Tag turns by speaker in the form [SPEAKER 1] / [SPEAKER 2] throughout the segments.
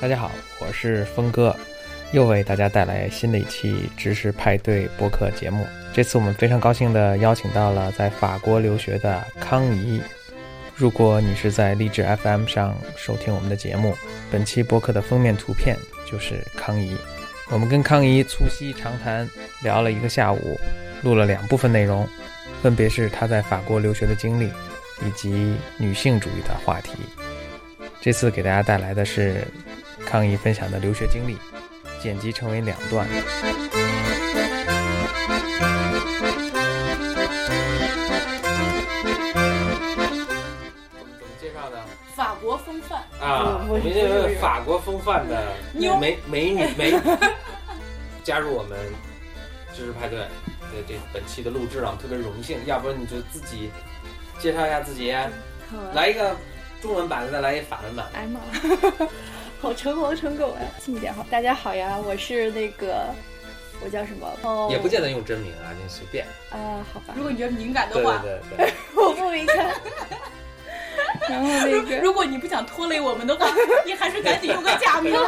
[SPEAKER 1] 大家好，我是峰哥，又为大家带来新的一期知识派对播客节目。这次我们非常高兴的邀请到了在法国留学的康怡。如果你是在荔枝 FM 上收听我们的节目，本期播客的封面图片就是康怡。我们跟康怡促膝长谈，聊了一个下午，录了两部分内容，分别是她在法国留学的经历，以及女性主义的话题。这次给大家带来的是康怡分享的留学经历，剪辑成为两段。
[SPEAKER 2] 我们怎么介绍呢？
[SPEAKER 3] 法国风范，
[SPEAKER 2] 啊，
[SPEAKER 3] 我
[SPEAKER 2] 我们这位法国风范的
[SPEAKER 3] 妞
[SPEAKER 2] 美美 女美女加入我们知识派对的这本期的录制啊，我们特别荣幸。要不然你就自己介绍一下自己，
[SPEAKER 3] 嗯
[SPEAKER 4] 好啊
[SPEAKER 2] 来一个中文版的，再来一法文版。
[SPEAKER 4] 哎妈， 好成龙成狗啊！近一点好，大家好呀，我是那个，我叫什么？哦，
[SPEAKER 2] 也不见得用真名啊，你随便。
[SPEAKER 4] 啊、好吧
[SPEAKER 3] 如，果你觉得敏感的
[SPEAKER 2] 对
[SPEAKER 3] 话，
[SPEAKER 2] 对对 对，
[SPEAKER 4] 我不明白。 然后那个，
[SPEAKER 3] 如果你不想拖累我们的话，你还是赶紧用个假名吧。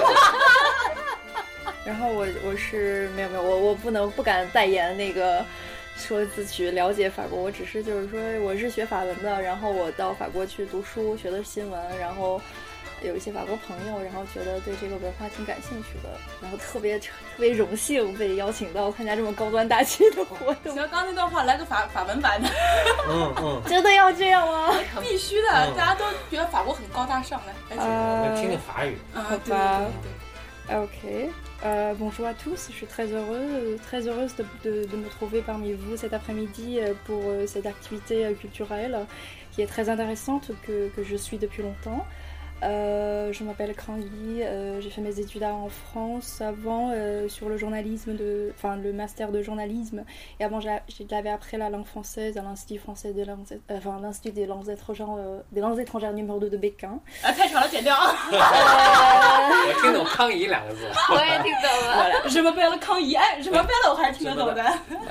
[SPEAKER 4] 然后我我是没有没有，我我不能不敢代言那个。 说自己了解法国，我只是就是说我是学法文的，然后我到法国去读书，学的是新闻，然后有一些法国朋友，然后觉得对这个文化挺感兴趣的，然后特别特别荣幸被邀请到参加这么高端大气的活动
[SPEAKER 3] 行，。刚刚那段话来个法法文版的，
[SPEAKER 2] 嗯嗯，
[SPEAKER 4] 真的要这样吗？
[SPEAKER 3] 必须的，
[SPEAKER 2] 嗯
[SPEAKER 3] 大家都觉得法国很高大上，来来请。
[SPEAKER 4] 啊
[SPEAKER 2] 我们听听法 语。
[SPEAKER 3] 啊，
[SPEAKER 4] 好
[SPEAKER 3] 对对
[SPEAKER 4] 吧
[SPEAKER 3] 对对
[SPEAKER 4] Ah, Ok. Euh, bonjour à tous, je suis très heureuse, très heureuse de, de- de me trouver parmi vous cet après-midi euh, pour euh, cette activité euh, culturelle qui est très intéressante, que, que je suis depuis longtemps. Euh, je m'appelle Krangi, euh, j'ai fait mes études à- en France avant euh, sur le journalisme, de, enfin le master de journalisme, et avant j'a- j'ai- j'avais appris la langue française à l'Institut français de langue, euh, enfin, l'Institut des langues étrangères, euh, des langues étrangères numéro 2 de Pékin.
[SPEAKER 3] 对，啊，太长了，剪掉啊！
[SPEAKER 2] 我听懂“康怡”两个字。
[SPEAKER 3] 什么贝了康怡，哎，什么贝了，我还是听得懂的。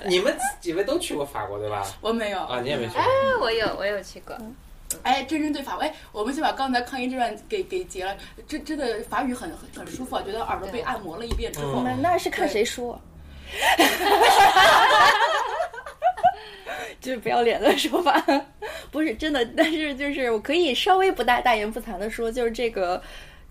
[SPEAKER 2] 你们几位都去过法国对吧？
[SPEAKER 3] 我没有
[SPEAKER 2] 啊，你也没去。
[SPEAKER 5] 我有，我有去过。
[SPEAKER 3] 哎，真真对法文，哎，我们先把刚才康怡这段给给截了，真真的法语很很很舒服啊，觉得耳朵被按摩了一遍之后，
[SPEAKER 2] 嗯
[SPEAKER 4] 就是不要脸的说法，不是真的，但是就是我可以稍微不大大言不惭的说，就是这个，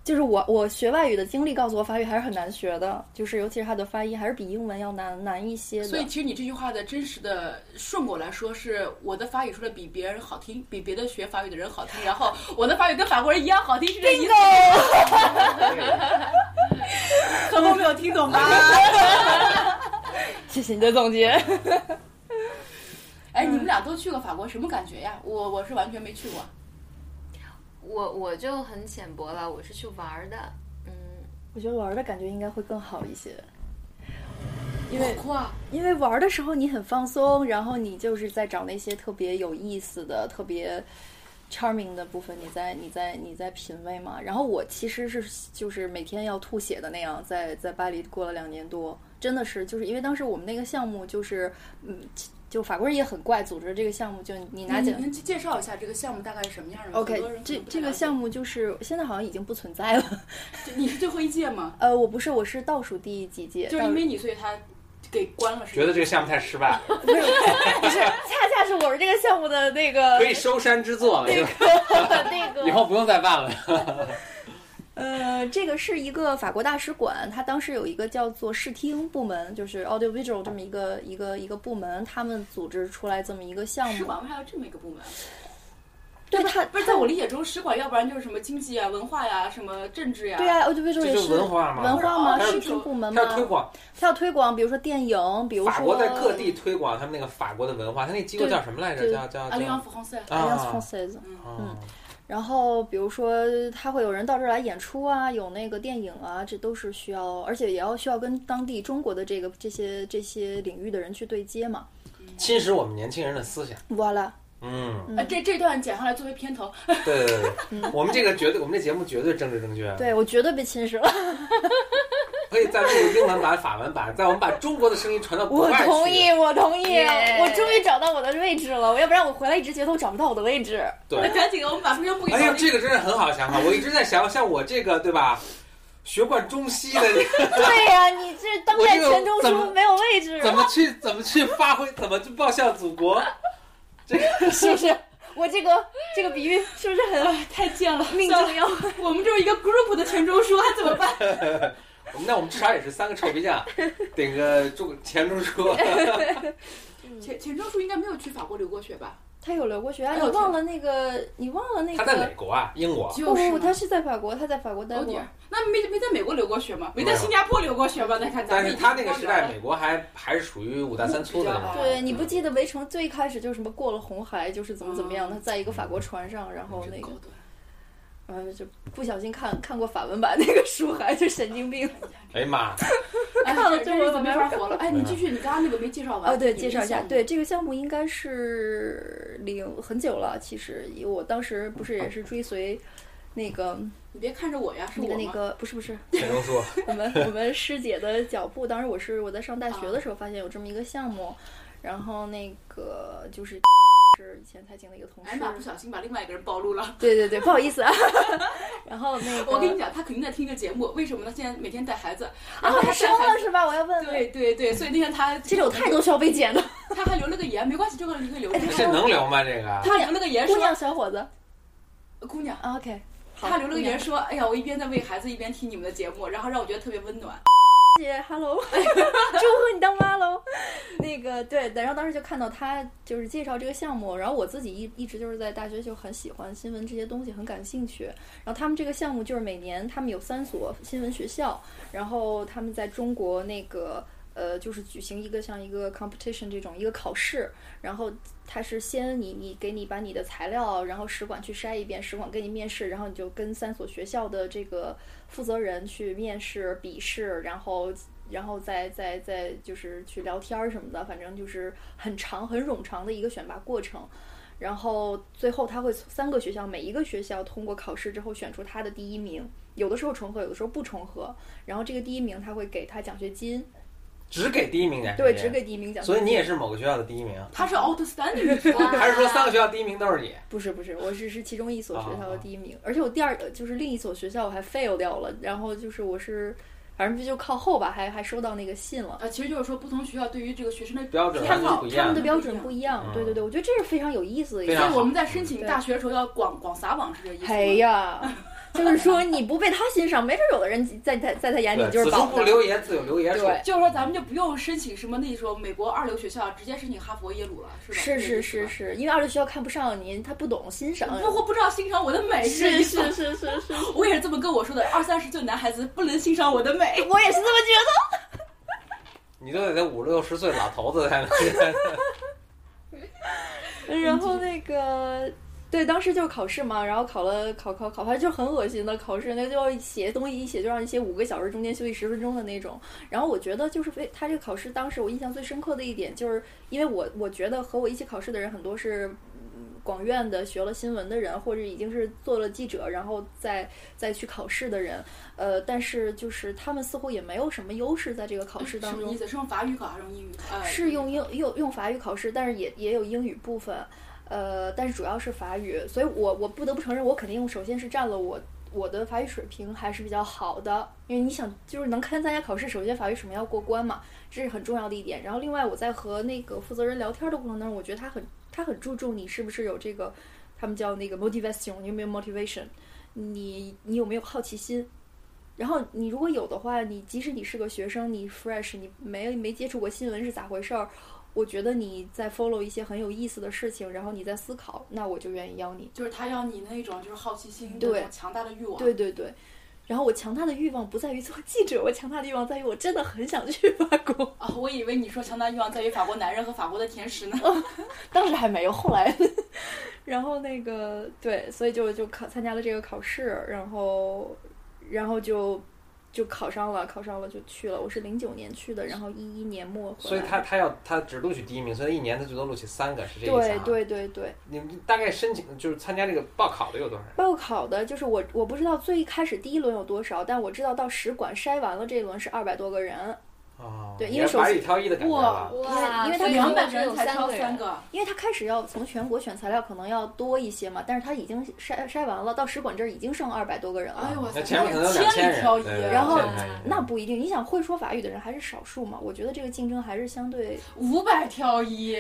[SPEAKER 4] 就是我我学外语的经历告诉我，法语还是很难学的，就是尤其是它的发音还是比英文要难难一些的。
[SPEAKER 3] 所以其实你这句话的真实的顺过来说是，我的法语说的比别人好听，比别的学法语的人好听，然后我的法语跟法国人一样好听，是这意思吗？可能没有听懂吧？
[SPEAKER 4] 谢谢你的总结。
[SPEAKER 3] 哎，
[SPEAKER 4] 嗯
[SPEAKER 3] 你们俩都去过法国，什么感觉呀？我我是完全没去过。
[SPEAKER 5] 我我就很浅薄了，我是去玩儿的。嗯，
[SPEAKER 4] 我觉得玩的感觉应该会更好一些，因为
[SPEAKER 3] 哇，
[SPEAKER 4] 因为玩的时候你很放松，然后你就是在找那些特别有意思的、特别 charming 的部分，你在你在你在品味嘛。然后我其实是就是每天要吐血的那样，在在巴黎过了两年多，真的是就是因为当时我们那个项目就是嗯，就法国人也很怪，组织这个项目就你拿
[SPEAKER 3] 你
[SPEAKER 4] 奖。
[SPEAKER 3] 能介绍一下这个项目大概是什么样的吗
[SPEAKER 4] 嗯 OK，这这个项
[SPEAKER 3] 目，
[SPEAKER 4] 目就是现在好像已经不存在了。
[SPEAKER 3] 你是最后一届 吗？
[SPEAKER 4] 呃，我不是，我是倒数第几届，
[SPEAKER 3] 就是因为你，所以他给关了，是吗
[SPEAKER 2] 觉得这个项目太失败了，
[SPEAKER 4] 不是，不是，恰恰是我是这个项目的那个
[SPEAKER 2] 可以收山之作了，是吧
[SPEAKER 4] 那个
[SPEAKER 2] 以后不用再办了。
[SPEAKER 4] 呃，这个是一个法国大使馆，它当时有一个叫做视听部门，就是 audiovisual 这么一个一个一个部门，他们组织出来这么一个项
[SPEAKER 3] 使
[SPEAKER 4] 目。
[SPEAKER 3] 馆外还有这么一个部门。啊
[SPEAKER 4] 对它，
[SPEAKER 3] 不是，在我理解中，使馆要不然就是什么经济啊、文化呀、什么政治呀、
[SPEAKER 4] 对啊，audiovisual
[SPEAKER 2] 这
[SPEAKER 4] 也
[SPEAKER 2] 就是文化嘛
[SPEAKER 4] 文化嘛，
[SPEAKER 2] 它是
[SPEAKER 4] 视听部门
[SPEAKER 2] 他要推
[SPEAKER 4] 嘛，
[SPEAKER 2] 广
[SPEAKER 4] 它要推广，比如说电影，比如说
[SPEAKER 2] 法国在各地推广他们那个法国的文化，他那机构叫什么来着？
[SPEAKER 4] 对
[SPEAKER 2] 叫叫
[SPEAKER 3] 啊，
[SPEAKER 2] 叫
[SPEAKER 3] 另外France 呀。
[SPEAKER 4] a l l i a n c
[SPEAKER 2] 啊
[SPEAKER 4] française。
[SPEAKER 3] 嗯
[SPEAKER 2] 啊！
[SPEAKER 4] 然后比如说，他会有人到这儿来演出啊，有那个电影啊，这都是需要，而且也要需要跟当地中国的这个这些这些领域的人去对接嘛。
[SPEAKER 2] 侵蚀我们年轻人的思想。
[SPEAKER 4] 哇啦，
[SPEAKER 2] 嗯，
[SPEAKER 4] 嗯
[SPEAKER 3] 啊，这这段剪下来作为片头，
[SPEAKER 2] 对对 对，我们这个绝对，我们这节目绝对政治正确。
[SPEAKER 4] 对我绝对被侵蚀了。
[SPEAKER 2] 可以在录英文版、法文版，在我们把中国的声音传到国
[SPEAKER 4] 我
[SPEAKER 2] 外去。
[SPEAKER 4] 同意，我同意
[SPEAKER 5] Yeah
[SPEAKER 4] 我终于找到我的位置了。我要不然我回来一直觉得我找不到我的 位置。
[SPEAKER 3] 那
[SPEAKER 2] 对，
[SPEAKER 3] 赶紧，我们把非洲部给
[SPEAKER 2] 哎呀，
[SPEAKER 3] 搞定
[SPEAKER 2] 这个真是很好的想法。我一直在想，像我这个对吧，学贯中西 的，
[SPEAKER 4] 啊对呀、你这当代
[SPEAKER 2] 我这个
[SPEAKER 4] 全中
[SPEAKER 2] 怎
[SPEAKER 4] 枢
[SPEAKER 2] 么
[SPEAKER 4] 没有位置，
[SPEAKER 2] 怎么去怎么去发挥，怎么去报效祖国？
[SPEAKER 4] 是不是？我这个这个比喻是不是
[SPEAKER 2] 啊
[SPEAKER 4] 很
[SPEAKER 3] 太贱了，
[SPEAKER 4] 命
[SPEAKER 3] 算
[SPEAKER 4] 中
[SPEAKER 3] 了
[SPEAKER 4] 要
[SPEAKER 3] 我们这是一个 group 的全中枢，还怎么办？
[SPEAKER 2] 我们那我们至少也是三个臭皮匠，顶个中钱钟书。
[SPEAKER 4] 嗯
[SPEAKER 3] 钱钱钟书应该没有去法国留过学吧？
[SPEAKER 4] 他有留过学啊？
[SPEAKER 3] 哎
[SPEAKER 4] 你
[SPEAKER 3] 呦
[SPEAKER 4] 忘了那个？你忘了那
[SPEAKER 2] 他在哪
[SPEAKER 4] 个？
[SPEAKER 2] 国啊？英国。
[SPEAKER 4] 不
[SPEAKER 3] 嘛
[SPEAKER 4] 不，他是在法国，他在法国待
[SPEAKER 3] 有
[SPEAKER 4] 过
[SPEAKER 3] 点。儿，那没没在美国留过学吗？没在
[SPEAKER 2] 没有
[SPEAKER 3] 新加坡留过学吗？那看咱
[SPEAKER 2] 但
[SPEAKER 3] 们已
[SPEAKER 2] 是
[SPEAKER 3] 经
[SPEAKER 2] 他那个
[SPEAKER 3] 光
[SPEAKER 2] 时
[SPEAKER 3] 荣
[SPEAKER 2] 代，
[SPEAKER 3] 了
[SPEAKER 2] 美国还还是属于五大三粗的那种。
[SPEAKER 4] 对，你不记得《围城》最开始就是什么过了红海，就是怎么怎么
[SPEAKER 2] 哦
[SPEAKER 4] 样？他在一个法国船上，然后
[SPEAKER 3] 真
[SPEAKER 4] 那个
[SPEAKER 3] 高端
[SPEAKER 4] 呃，就不小心看看过法文版那个书，还就神经病。
[SPEAKER 2] 哎呀妈，
[SPEAKER 3] 哎
[SPEAKER 4] 看了
[SPEAKER 3] 这
[SPEAKER 4] 中
[SPEAKER 3] 日
[SPEAKER 4] 国
[SPEAKER 3] 子
[SPEAKER 4] 怎么
[SPEAKER 3] 没
[SPEAKER 4] 样
[SPEAKER 3] 法活了。哎，你继续，你刚刚那个没介绍完。
[SPEAKER 4] 哦，对，
[SPEAKER 3] 你
[SPEAKER 4] 介绍一下，
[SPEAKER 3] 你
[SPEAKER 4] 对这个项目应该是零很久了，其实我当时不是也是追随。那个、
[SPEAKER 3] 你别看着我哦呀，是
[SPEAKER 4] 那
[SPEAKER 3] 我
[SPEAKER 4] 个、那
[SPEAKER 3] 吗
[SPEAKER 4] 个，不是不 是，
[SPEAKER 2] 钱钟书，
[SPEAKER 4] 我们我们师姐的脚步。当时我是我在上大学的时候发现有这么一个项目，然后那个就是 是以前财经的一个同
[SPEAKER 3] 哎
[SPEAKER 4] 事
[SPEAKER 3] 呀，妈，不小心把另外一个人暴露了。
[SPEAKER 4] 对对对，不好意思啊。 然后那个
[SPEAKER 3] 我跟你讲，他肯定在听这个节目，为什么呢？现在每天带孩子，然
[SPEAKER 4] 然
[SPEAKER 3] 后
[SPEAKER 4] 后
[SPEAKER 3] 他
[SPEAKER 4] 啊他
[SPEAKER 3] 带
[SPEAKER 4] 说
[SPEAKER 3] 孩
[SPEAKER 4] 了
[SPEAKER 3] 子。
[SPEAKER 4] 是吧？我要问，
[SPEAKER 3] 对对对，所以那天他
[SPEAKER 4] 这种太多需要被剪的。
[SPEAKER 3] 他还留了个言，没关系，这个你可以 留着
[SPEAKER 4] 哎。
[SPEAKER 2] 这能聊吗？这个
[SPEAKER 3] 他留了个言
[SPEAKER 4] 姑
[SPEAKER 3] 说，
[SPEAKER 4] 娘小伙子
[SPEAKER 3] 姑娘，
[SPEAKER 4] 啊，OK，好
[SPEAKER 3] 他留了个言
[SPEAKER 4] 姑
[SPEAKER 3] 说，哎呀，我一边在喂孩子，一边听你们的节目，然后让我觉得特别温暖。
[SPEAKER 4] 娘姐，Hello，祝 贺你当妈喽。 那个对，然后当时就看到他就是介绍这个项目，然后我自己一一直就是在大学就很喜欢新闻这些东西，很感兴趣。然后他们这个项目就是每年他们有三所新闻学校，然后他们在中国那个呃，就是举行一个像一个 competition 这种一个考试，然后他是先你你给你把你的材料，然后使馆去筛一遍，使馆给你面试，然后你就跟三所学校的这个负责人去面试、笔试，然后。然后再再再就是去聊天儿什么的，反正就是很长很冗长的一个选拔过程。然后最后他会从三个学校，每一个学校通过考试之后选出他的第一名，有的时候重合，有的时候不重合。然后这个第一名他会给他奖学金，
[SPEAKER 2] 只给第一名奖学
[SPEAKER 4] 对，
[SPEAKER 2] 金
[SPEAKER 4] 只给第一名奖学金。
[SPEAKER 2] 哎所以你也是某个学校的第一名，
[SPEAKER 3] 他
[SPEAKER 4] 嗯
[SPEAKER 3] 是 outstanding，
[SPEAKER 5] 哇
[SPEAKER 2] 还是说三个学校第一名都是你？
[SPEAKER 4] 不是不是，我只是其中一所学
[SPEAKER 2] 哦
[SPEAKER 4] 校的第一名，而且我第二就是另一所学校我还 fail 掉了，然后就是我是反正就靠后吧，还还收到那个信了。
[SPEAKER 3] 呃，其实就是说不同学校对于这个学生的
[SPEAKER 2] 标准
[SPEAKER 3] 他
[SPEAKER 2] 还
[SPEAKER 3] 们
[SPEAKER 2] 是
[SPEAKER 3] 的
[SPEAKER 2] 不一
[SPEAKER 4] 他
[SPEAKER 2] 样
[SPEAKER 4] 们的
[SPEAKER 2] 的。
[SPEAKER 4] 标准不一样，
[SPEAKER 2] 嗯
[SPEAKER 4] 对对对，我觉得这是非常有意思的一
[SPEAKER 2] 非
[SPEAKER 4] 个
[SPEAKER 2] 常。
[SPEAKER 3] 所以我们在申请
[SPEAKER 4] 对
[SPEAKER 3] 大学的时候要广广撒网，是这意思吗？
[SPEAKER 4] 哎呀，就是说你不被他欣赏，没准有的人在他在他眼里
[SPEAKER 2] 对，
[SPEAKER 4] 就是
[SPEAKER 2] 此处
[SPEAKER 4] 宝呢。
[SPEAKER 2] 不留爷，自有留爷处。
[SPEAKER 4] 对
[SPEAKER 3] 就是说咱们就不用申请什么那种美国二流学校，直接申请哈佛、耶鲁了，是吧？
[SPEAKER 4] 是
[SPEAKER 3] 这个意
[SPEAKER 4] 是
[SPEAKER 3] 思
[SPEAKER 4] 是
[SPEAKER 3] 吧。
[SPEAKER 4] 是，因为二流学校看不上你，他不懂欣赏。
[SPEAKER 3] 不过不知道欣赏我的美这
[SPEAKER 4] 是
[SPEAKER 3] 意思
[SPEAKER 4] 是是是是，
[SPEAKER 3] 我也是这么跟我说的。二三十岁的男孩子不能欣赏我的美，
[SPEAKER 4] 我也是这么觉得。
[SPEAKER 2] 你都得在五六十岁老头子才能。
[SPEAKER 4] 然后
[SPEAKER 3] 嗯
[SPEAKER 4] 那个。对，当时就是考试嘛，然后考了考考考，反正就很恶心的考试，那就要写东西，一写就让你写五个小时，中间休息十分钟的那种。然后我觉得就是非他这个考试，当时我印象最深刻的一点，就是因为我我觉得和我一起考试的人很多是嗯广院的学了新闻的人，或者已经是做了记者，然后再再去考试的人，呃，但是就是他们似乎也没有什么优势在这个考试当
[SPEAKER 3] 什么
[SPEAKER 4] 中
[SPEAKER 3] 意。思？是用法语考还是用英语？呃，
[SPEAKER 4] 是用英用用法语考试，但是也也有英语部分，呃，但是主要是法语，所以我我不得不承认，我肯定首先是占了我我的法语水平还是比较好的，因为你想就是能看参加考试，首先法语水平要过关嘛，这是很重要的一点。然后另外我在和那个负责人聊天的过程当中，我觉得他很他很注重你是不是有这个，他们叫那个 motivation，你有没有 motivation，你你有没有好奇心，然后你如果有的话，你即使你是个学生，你 fresh，你没没接触过新闻是咋回事儿，我觉得你在 follow 一些很有意思的事情，然后你在思考，那我就愿意邀你。
[SPEAKER 3] 就是他要你那种就是好奇心，
[SPEAKER 4] 对
[SPEAKER 3] 那种强大的欲望。
[SPEAKER 4] 对对对。然后我强大的欲望不在于做记者，我强大的欲望在于我真的很想去法国。
[SPEAKER 3] 啊，我以为你说强大欲望在于法国男人和法国的甜食呢。
[SPEAKER 4] 哦当时还没有，后来， 然后那个对，所以就就考参加了这个考试，然后然后就就考上了，考上了就去了。我是零九年去的，然后一一年末回来。
[SPEAKER 2] 所以他他要他只录取第一名，所以一年他最多录取三个，是这意思
[SPEAKER 4] 对
[SPEAKER 2] 啊？。
[SPEAKER 4] 对对对，
[SPEAKER 2] 你们大概申请就是参加这个报考的有多少人？
[SPEAKER 4] 报考的就是我，我不知道最一开始第一轮有多少，但我知道到使馆筛完了这一轮是二百多个人，
[SPEAKER 2] 哦，
[SPEAKER 4] 对因
[SPEAKER 2] 也
[SPEAKER 4] 为
[SPEAKER 2] 是
[SPEAKER 4] 首
[SPEAKER 2] 百
[SPEAKER 4] 先
[SPEAKER 2] 里挑一的感觉啊
[SPEAKER 3] 哇
[SPEAKER 2] 了。
[SPEAKER 5] 哇，
[SPEAKER 4] 因为因为他
[SPEAKER 5] 所以
[SPEAKER 3] 两
[SPEAKER 4] 两
[SPEAKER 3] 百
[SPEAKER 4] 百
[SPEAKER 5] 只
[SPEAKER 3] 个人
[SPEAKER 5] 有
[SPEAKER 3] 才
[SPEAKER 5] 三
[SPEAKER 3] 挑
[SPEAKER 5] 个
[SPEAKER 3] 三
[SPEAKER 5] 人，
[SPEAKER 3] 个，
[SPEAKER 4] 因为他开始要从全国选材料，可能要多一些嘛，但是他已经筛筛完了，到使馆这儿已经剩二百多个人了。
[SPEAKER 3] 哎呦我
[SPEAKER 2] 那
[SPEAKER 3] 操，
[SPEAKER 2] 前面可能有两千
[SPEAKER 3] 千里
[SPEAKER 2] 人
[SPEAKER 3] 挑，一，
[SPEAKER 2] 对对
[SPEAKER 4] 然后
[SPEAKER 2] 千里挑一
[SPEAKER 4] 那不一定，你想会说法语的人还是少数嘛？我觉得这个竞争还是相对
[SPEAKER 3] 五百挑一，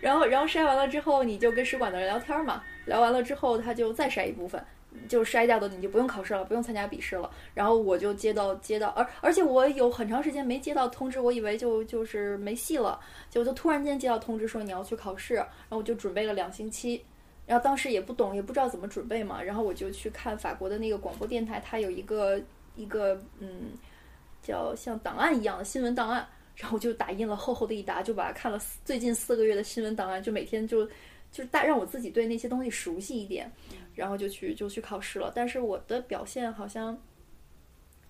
[SPEAKER 4] 然后然后筛完了之后，你就跟使馆的人聊天嘛，聊完了之后他就再筛一部分，就筛掉的你就不用考试了，不用参加笔试了。然后我就接到接到，而而且我有很长时间没接到通知，我以为就就是没戏了，结果就突然间接到通知说你要去考试，然后我就准备了两星期。然后当时也不懂，也不知道怎么准备嘛，然后我就去看法国的那个广播电台，它有一个一个嗯，叫像档案一样的新闻档案，然后我就打印了厚厚的一沓，就把看了四最近四个月的新闻档案，就每天就就大让我自己对那些东西熟悉一点，然后就去就去考试了。但是我的表现好像。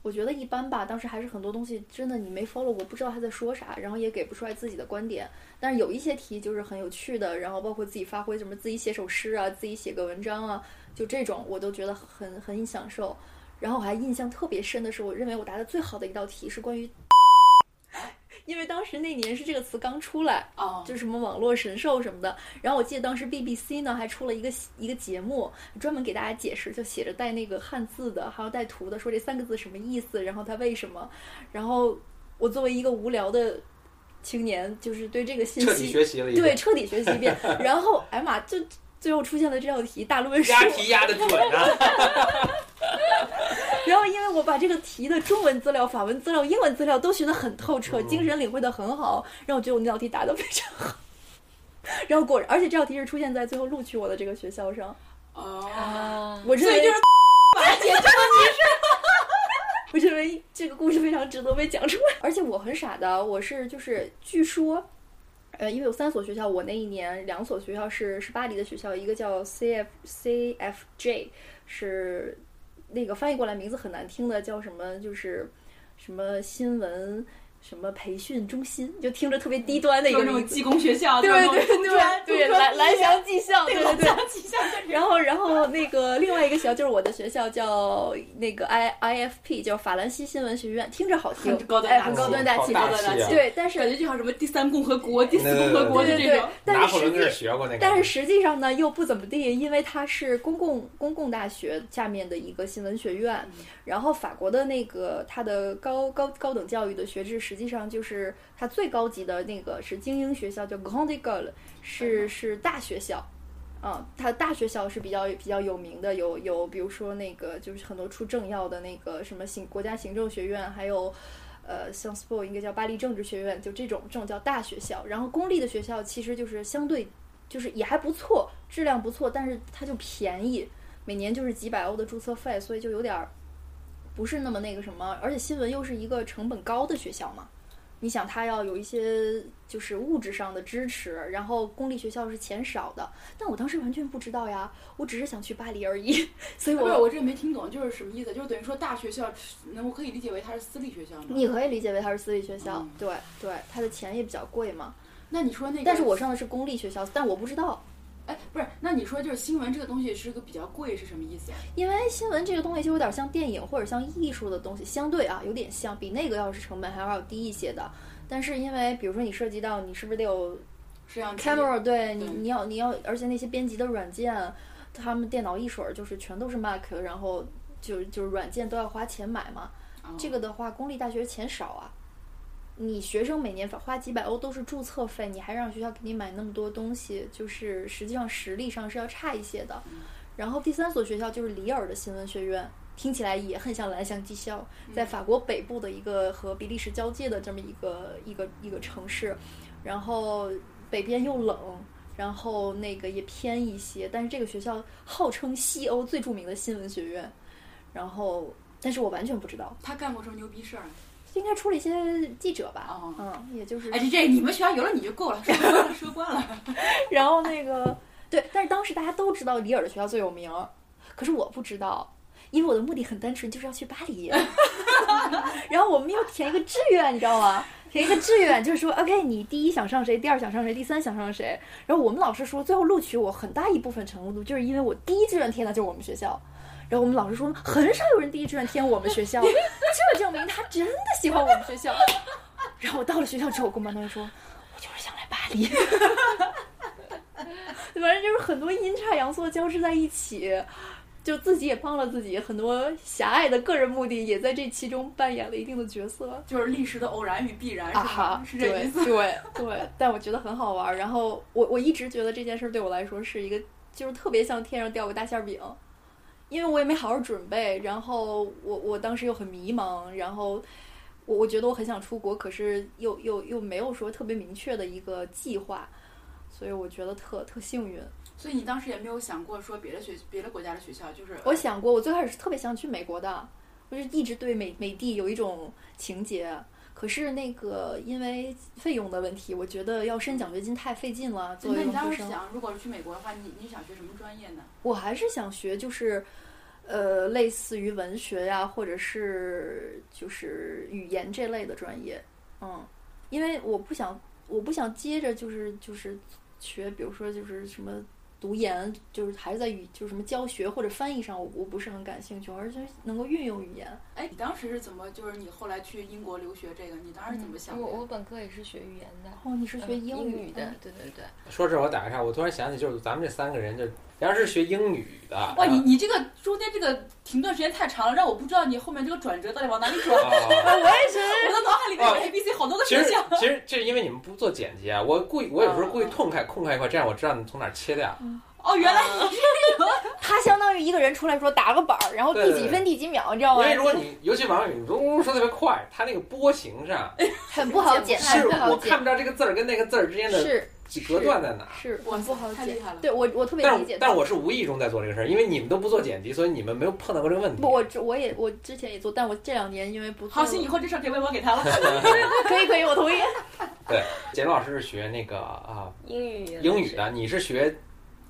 [SPEAKER 4] 我觉得一般吧，当时还是很多东西真的你没 follow，我不知道他在说啥，然后也给不出来自己的观点。但是有一些题就是很有趣的，然后包括自己发挥，什么自己写首诗啊，自己写个文章啊，就这种我都觉得很很享受。然后我还印象特别深的是，我认为我答的最好的一道题是关于因为当时那年是这个词刚出来，
[SPEAKER 3] 哦，
[SPEAKER 4] 就什么网络神兽什么的。然后我记得当时 BBC 呢还出了一个一个节目，专门给大家解释，就写着带那个汉字的，还有带图的，说这三个字什么意思，然后它为什么。然后我作为一个无聊的青年，就是对这个信
[SPEAKER 2] 彻底
[SPEAKER 4] 息
[SPEAKER 2] 学习了一遍
[SPEAKER 4] 对彻底学习一遍。然后哎呀妈，就最后出现了这道题大论述。
[SPEAKER 2] 押题押的准啊！
[SPEAKER 4] 然后因为我把这个题的中文资料、法文资料、英文资料都学得很透彻，精神领会得很好，然后我觉得我那道题答得非常好。 然后果然，而且这道题是出现在最后录取我的这个学校上，
[SPEAKER 3] 哦，
[SPEAKER 5] 啊，
[SPEAKER 4] 我认
[SPEAKER 3] 所以
[SPEAKER 4] 为
[SPEAKER 3] 就是
[SPEAKER 4] 我认为这个故事非常值得被讲出来。而且我很傻的，我是就是据说，呃，因为有三所学校，我那一年两所学校是是巴黎的学校，一个叫 CF CFJ，是那个翻译过来名字很难听的，叫什么就是什么新闻什么培训中心，就听着特别低端的一
[SPEAKER 3] 就
[SPEAKER 4] 个
[SPEAKER 3] 那种
[SPEAKER 4] 名字。
[SPEAKER 3] 技工学校，
[SPEAKER 4] 对
[SPEAKER 3] 那种
[SPEAKER 4] 对
[SPEAKER 3] 中专
[SPEAKER 4] 对对，
[SPEAKER 3] 中专
[SPEAKER 4] 蓝蓝翔技校，对对对，
[SPEAKER 3] 技校
[SPEAKER 4] 然后，然后那个另外一个学校就是我的学校，叫那个 I I F P，叫法兰西新闻学院，听着好听，
[SPEAKER 3] 很高端
[SPEAKER 4] 哎，
[SPEAKER 3] 大
[SPEAKER 4] 很
[SPEAKER 3] 气
[SPEAKER 4] 高端大气，
[SPEAKER 2] 好
[SPEAKER 3] 高端大
[SPEAKER 2] 气啊
[SPEAKER 3] 气
[SPEAKER 4] 对，但
[SPEAKER 3] 感
[SPEAKER 4] 是
[SPEAKER 3] 觉就像什么第三共和国、第四共和国
[SPEAKER 4] 对
[SPEAKER 3] 的
[SPEAKER 4] 对
[SPEAKER 3] 这
[SPEAKER 4] 对
[SPEAKER 3] 种，，
[SPEAKER 2] 拿
[SPEAKER 4] 但
[SPEAKER 2] 破
[SPEAKER 4] 是实
[SPEAKER 2] 仑在
[SPEAKER 4] 际
[SPEAKER 2] 这学过那啊个，
[SPEAKER 4] 但是实际上呢，又不怎么地，因为它是公共公共大学下面的一个新闻学院，然后法国的那个它的高高高等教育的学制，实际上就是它最高级的那个是精英学校，叫 Grande École，是是大学校。啊，它大学校是比较比较有名的，有有比如说那个就是很多出政要的那个什么行国家行政学院，还有呃 s a n s p o 应该叫巴黎政治学院，就这种这种叫大学校。然后公立的学校其实就是相对就是也还不错，质量不错，但是它就便宜，每年就是几百欧的注册费，所以就有点儿不是那么那个什么。而且新闻又是一个成本高的学校嘛，你想它要有一些就是物质上的支持，然后公立学校是钱少的。但我当时完全不知道呀，我只是想去巴黎而已，所以
[SPEAKER 3] 不是，
[SPEAKER 4] 我
[SPEAKER 3] 我这没听懂，就是什么意思？就是等于说大学校，那我可以理解为它是私立学校吗？
[SPEAKER 4] 你可以理解为它是私立学校，
[SPEAKER 3] 嗯
[SPEAKER 4] 对对，它的钱也比较贵嘛。
[SPEAKER 3] 那你说那个，
[SPEAKER 4] 但是我上的是公立学校，但我不知道，
[SPEAKER 3] 哎，不是，那你说就是新闻这个东西是个比较贵，是什么意思？
[SPEAKER 4] 因为新闻这个东西就有点像电影或者像艺术的东西，相对啊有点像，比那个要是成本还要低一些的。但是因为比如说你涉及到你是不是得有
[SPEAKER 3] 摄像机
[SPEAKER 4] camera，对你
[SPEAKER 3] 对
[SPEAKER 4] 你要你要，而且那些编辑的软件，他们电脑一水儿就是全都是 Mac，然后就就是软件都要花钱买嘛。
[SPEAKER 3] 嗯
[SPEAKER 4] 这个的话，公立大学钱少啊。你学生每年花几百欧都是注册费，你还让学校给你买那么多东西，就是实际上实力上是要差一些的。然后第三所学校就是里尔的新闻学院，听起来也很像蓝翔技校，在法国北部的一个和比利时交界的这么一个一个一个城市，然后北边又冷，然后那个也偏一些，但是这个学校号称西欧最著名的新闻学院，然后但是我完全不知道，
[SPEAKER 3] 他干过什么牛逼事儿？
[SPEAKER 4] 应该出了一些记者吧，
[SPEAKER 3] 哦
[SPEAKER 4] 嗯，也就是
[SPEAKER 3] 哎，这这你们学校有了你就够了，说关了，说关了。
[SPEAKER 4] 然 后那个对，但是当时大家都知道里尔的学校最有名儿，可是我不知道，因为我的目的很单纯，就是要去巴黎。 然后我们又填一个志愿，你知道吗？填一个志愿就是说，OK，你 第一想上谁，第二想上谁，第三想上谁。然后我们老师说，最后录取我很大一部分程度就是因为我第一志愿填的就是我们学校。然后我们老师说，很少有人第一志愿填我们学校，这证明他真的喜欢我们学校。然后我到了学校之后，我跟班同学说，我就是想来巴黎。 反正就是很多阴差阳错交织在一起，就自己也帮了自己，很多狭隘的个人目的也在这其中扮演了一定的角色。
[SPEAKER 3] 就是历史的偶然与必然，是
[SPEAKER 4] 啊
[SPEAKER 3] 吧
[SPEAKER 4] 哈？，
[SPEAKER 3] 是这意
[SPEAKER 4] 对
[SPEAKER 3] 思。
[SPEAKER 4] 对 对，但我觉得很好玩儿。然后我我一直觉得这件事儿对我来说是一个，就是特别像天上掉个大馅儿饼，因为我也没好好准备，然后我我当时又很迷茫，然后我我觉得我很想出国，可是又又又没有说特别明确的一个计划，所以我觉得特特幸运。
[SPEAKER 3] 所以你当时也没有想过说别的学、别的国家的学校，就是呃
[SPEAKER 4] 我想过，我最开始是特别想去美国的，我就一直对美美帝有一种情结。可是那个因为费用的问题，我觉得要申奖学金太费劲了。作
[SPEAKER 3] 那
[SPEAKER 4] 为
[SPEAKER 3] 你
[SPEAKER 4] 研
[SPEAKER 3] 当
[SPEAKER 4] 究
[SPEAKER 3] 时
[SPEAKER 4] 生，
[SPEAKER 3] 想，如果是去美国的话，你你想学什么专业呢？
[SPEAKER 4] 我还是想学就是，呃，类似于文学呀，或者是就是语言这类的专业。嗯，因为我不想，我不想接着就是就是学，比如说就是什么读研，就是还是在语就是什么教学或者翻译上，我我不是很感兴趣，而是能够运用语言。
[SPEAKER 3] 哎，你当时是怎么？就是你后来去英国留学这个，你当时
[SPEAKER 4] 嗯
[SPEAKER 3] 怎么想的
[SPEAKER 5] 我
[SPEAKER 3] 呀？
[SPEAKER 5] 我本科也是学语言的，
[SPEAKER 4] 哦，你是学
[SPEAKER 5] 嗯
[SPEAKER 4] 英
[SPEAKER 5] 语的
[SPEAKER 4] 嗯，
[SPEAKER 5] 对对对。
[SPEAKER 2] 说这我打个岔，我突然想起，就是咱们这三个人，就梁是学英语的，
[SPEAKER 3] 哇，你你这个中间这个停顿时间太长了，让我不知道你后面这个转折到底往哪里 转。
[SPEAKER 2] 啊
[SPEAKER 3] 我 的脑海里面有 A、B、C 好多个
[SPEAKER 2] 哦其
[SPEAKER 3] 选
[SPEAKER 2] 实
[SPEAKER 3] 项。
[SPEAKER 2] 其实这是因为你们不做剪辑啊，我故意我有时候故意空开空开一块，这样我知道你从哪儿切掉。
[SPEAKER 3] 哦，原来
[SPEAKER 4] 啊他相当于一个人出来说打个板儿，然后
[SPEAKER 2] 对
[SPEAKER 4] 第
[SPEAKER 2] 对
[SPEAKER 4] 几
[SPEAKER 2] 对
[SPEAKER 4] 分第几秒，你知道
[SPEAKER 2] 因
[SPEAKER 4] 吗？
[SPEAKER 2] 为如果你尤其王宇，你嗡嗡嗡说特别快，它那个波形上
[SPEAKER 4] 很不好解，
[SPEAKER 2] 是
[SPEAKER 4] 很不哎好
[SPEAKER 2] 我
[SPEAKER 4] 解
[SPEAKER 2] 看，不着这个字儿跟那个字儿之间的
[SPEAKER 4] 是
[SPEAKER 2] 隔断在哪。
[SPEAKER 4] 是
[SPEAKER 3] 哇
[SPEAKER 4] 很不好
[SPEAKER 3] 太
[SPEAKER 4] 解
[SPEAKER 3] 厉害了。
[SPEAKER 4] 对我我特别
[SPEAKER 2] 但
[SPEAKER 4] 理
[SPEAKER 2] 是
[SPEAKER 4] 解，
[SPEAKER 2] 但是我是无意中在做这个事儿，因为你们都不做剪辑，所以你们没有碰到过这个问题。
[SPEAKER 4] 不，我之我也我之前也做，但我这两年因为不做
[SPEAKER 3] 好
[SPEAKER 4] 了，
[SPEAKER 3] 心，以后这事儿可以微博给 他了。
[SPEAKER 4] 可以可以，我 同意。
[SPEAKER 2] 简龙老师是学那个啊
[SPEAKER 5] 英语
[SPEAKER 2] 英语的，你是学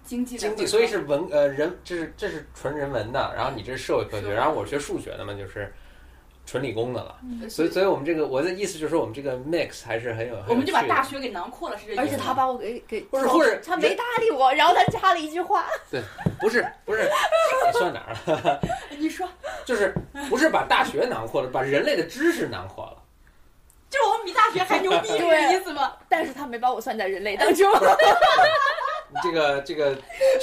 [SPEAKER 3] 经济的
[SPEAKER 2] 经济，所以是文呃人，这是这是纯人文的，然后你这是社会科
[SPEAKER 3] 社
[SPEAKER 2] 学，
[SPEAKER 3] 会
[SPEAKER 2] 然后我学数学的嘛，就是纯理工的了。
[SPEAKER 3] 呃
[SPEAKER 2] 所以，所以我们这个我的意思就是说，我们这个 mix 还是很有，
[SPEAKER 3] 我们就把
[SPEAKER 2] 很有趣的
[SPEAKER 3] 大学给囊括了，是这意思吗。
[SPEAKER 4] 而且他把我给给，
[SPEAKER 2] 不是或者
[SPEAKER 4] 他没搭理我，然后他插了一句 话，
[SPEAKER 2] 不是不是哎算哪儿了？
[SPEAKER 3] 你说，
[SPEAKER 2] 就是不是把大学囊括了，把人类的知识囊括了。
[SPEAKER 3] 就是我们比大学还牛逼，是这
[SPEAKER 4] 对
[SPEAKER 3] 意思吗？
[SPEAKER 4] 但是他没把我算在人类当中。
[SPEAKER 2] 你这个这个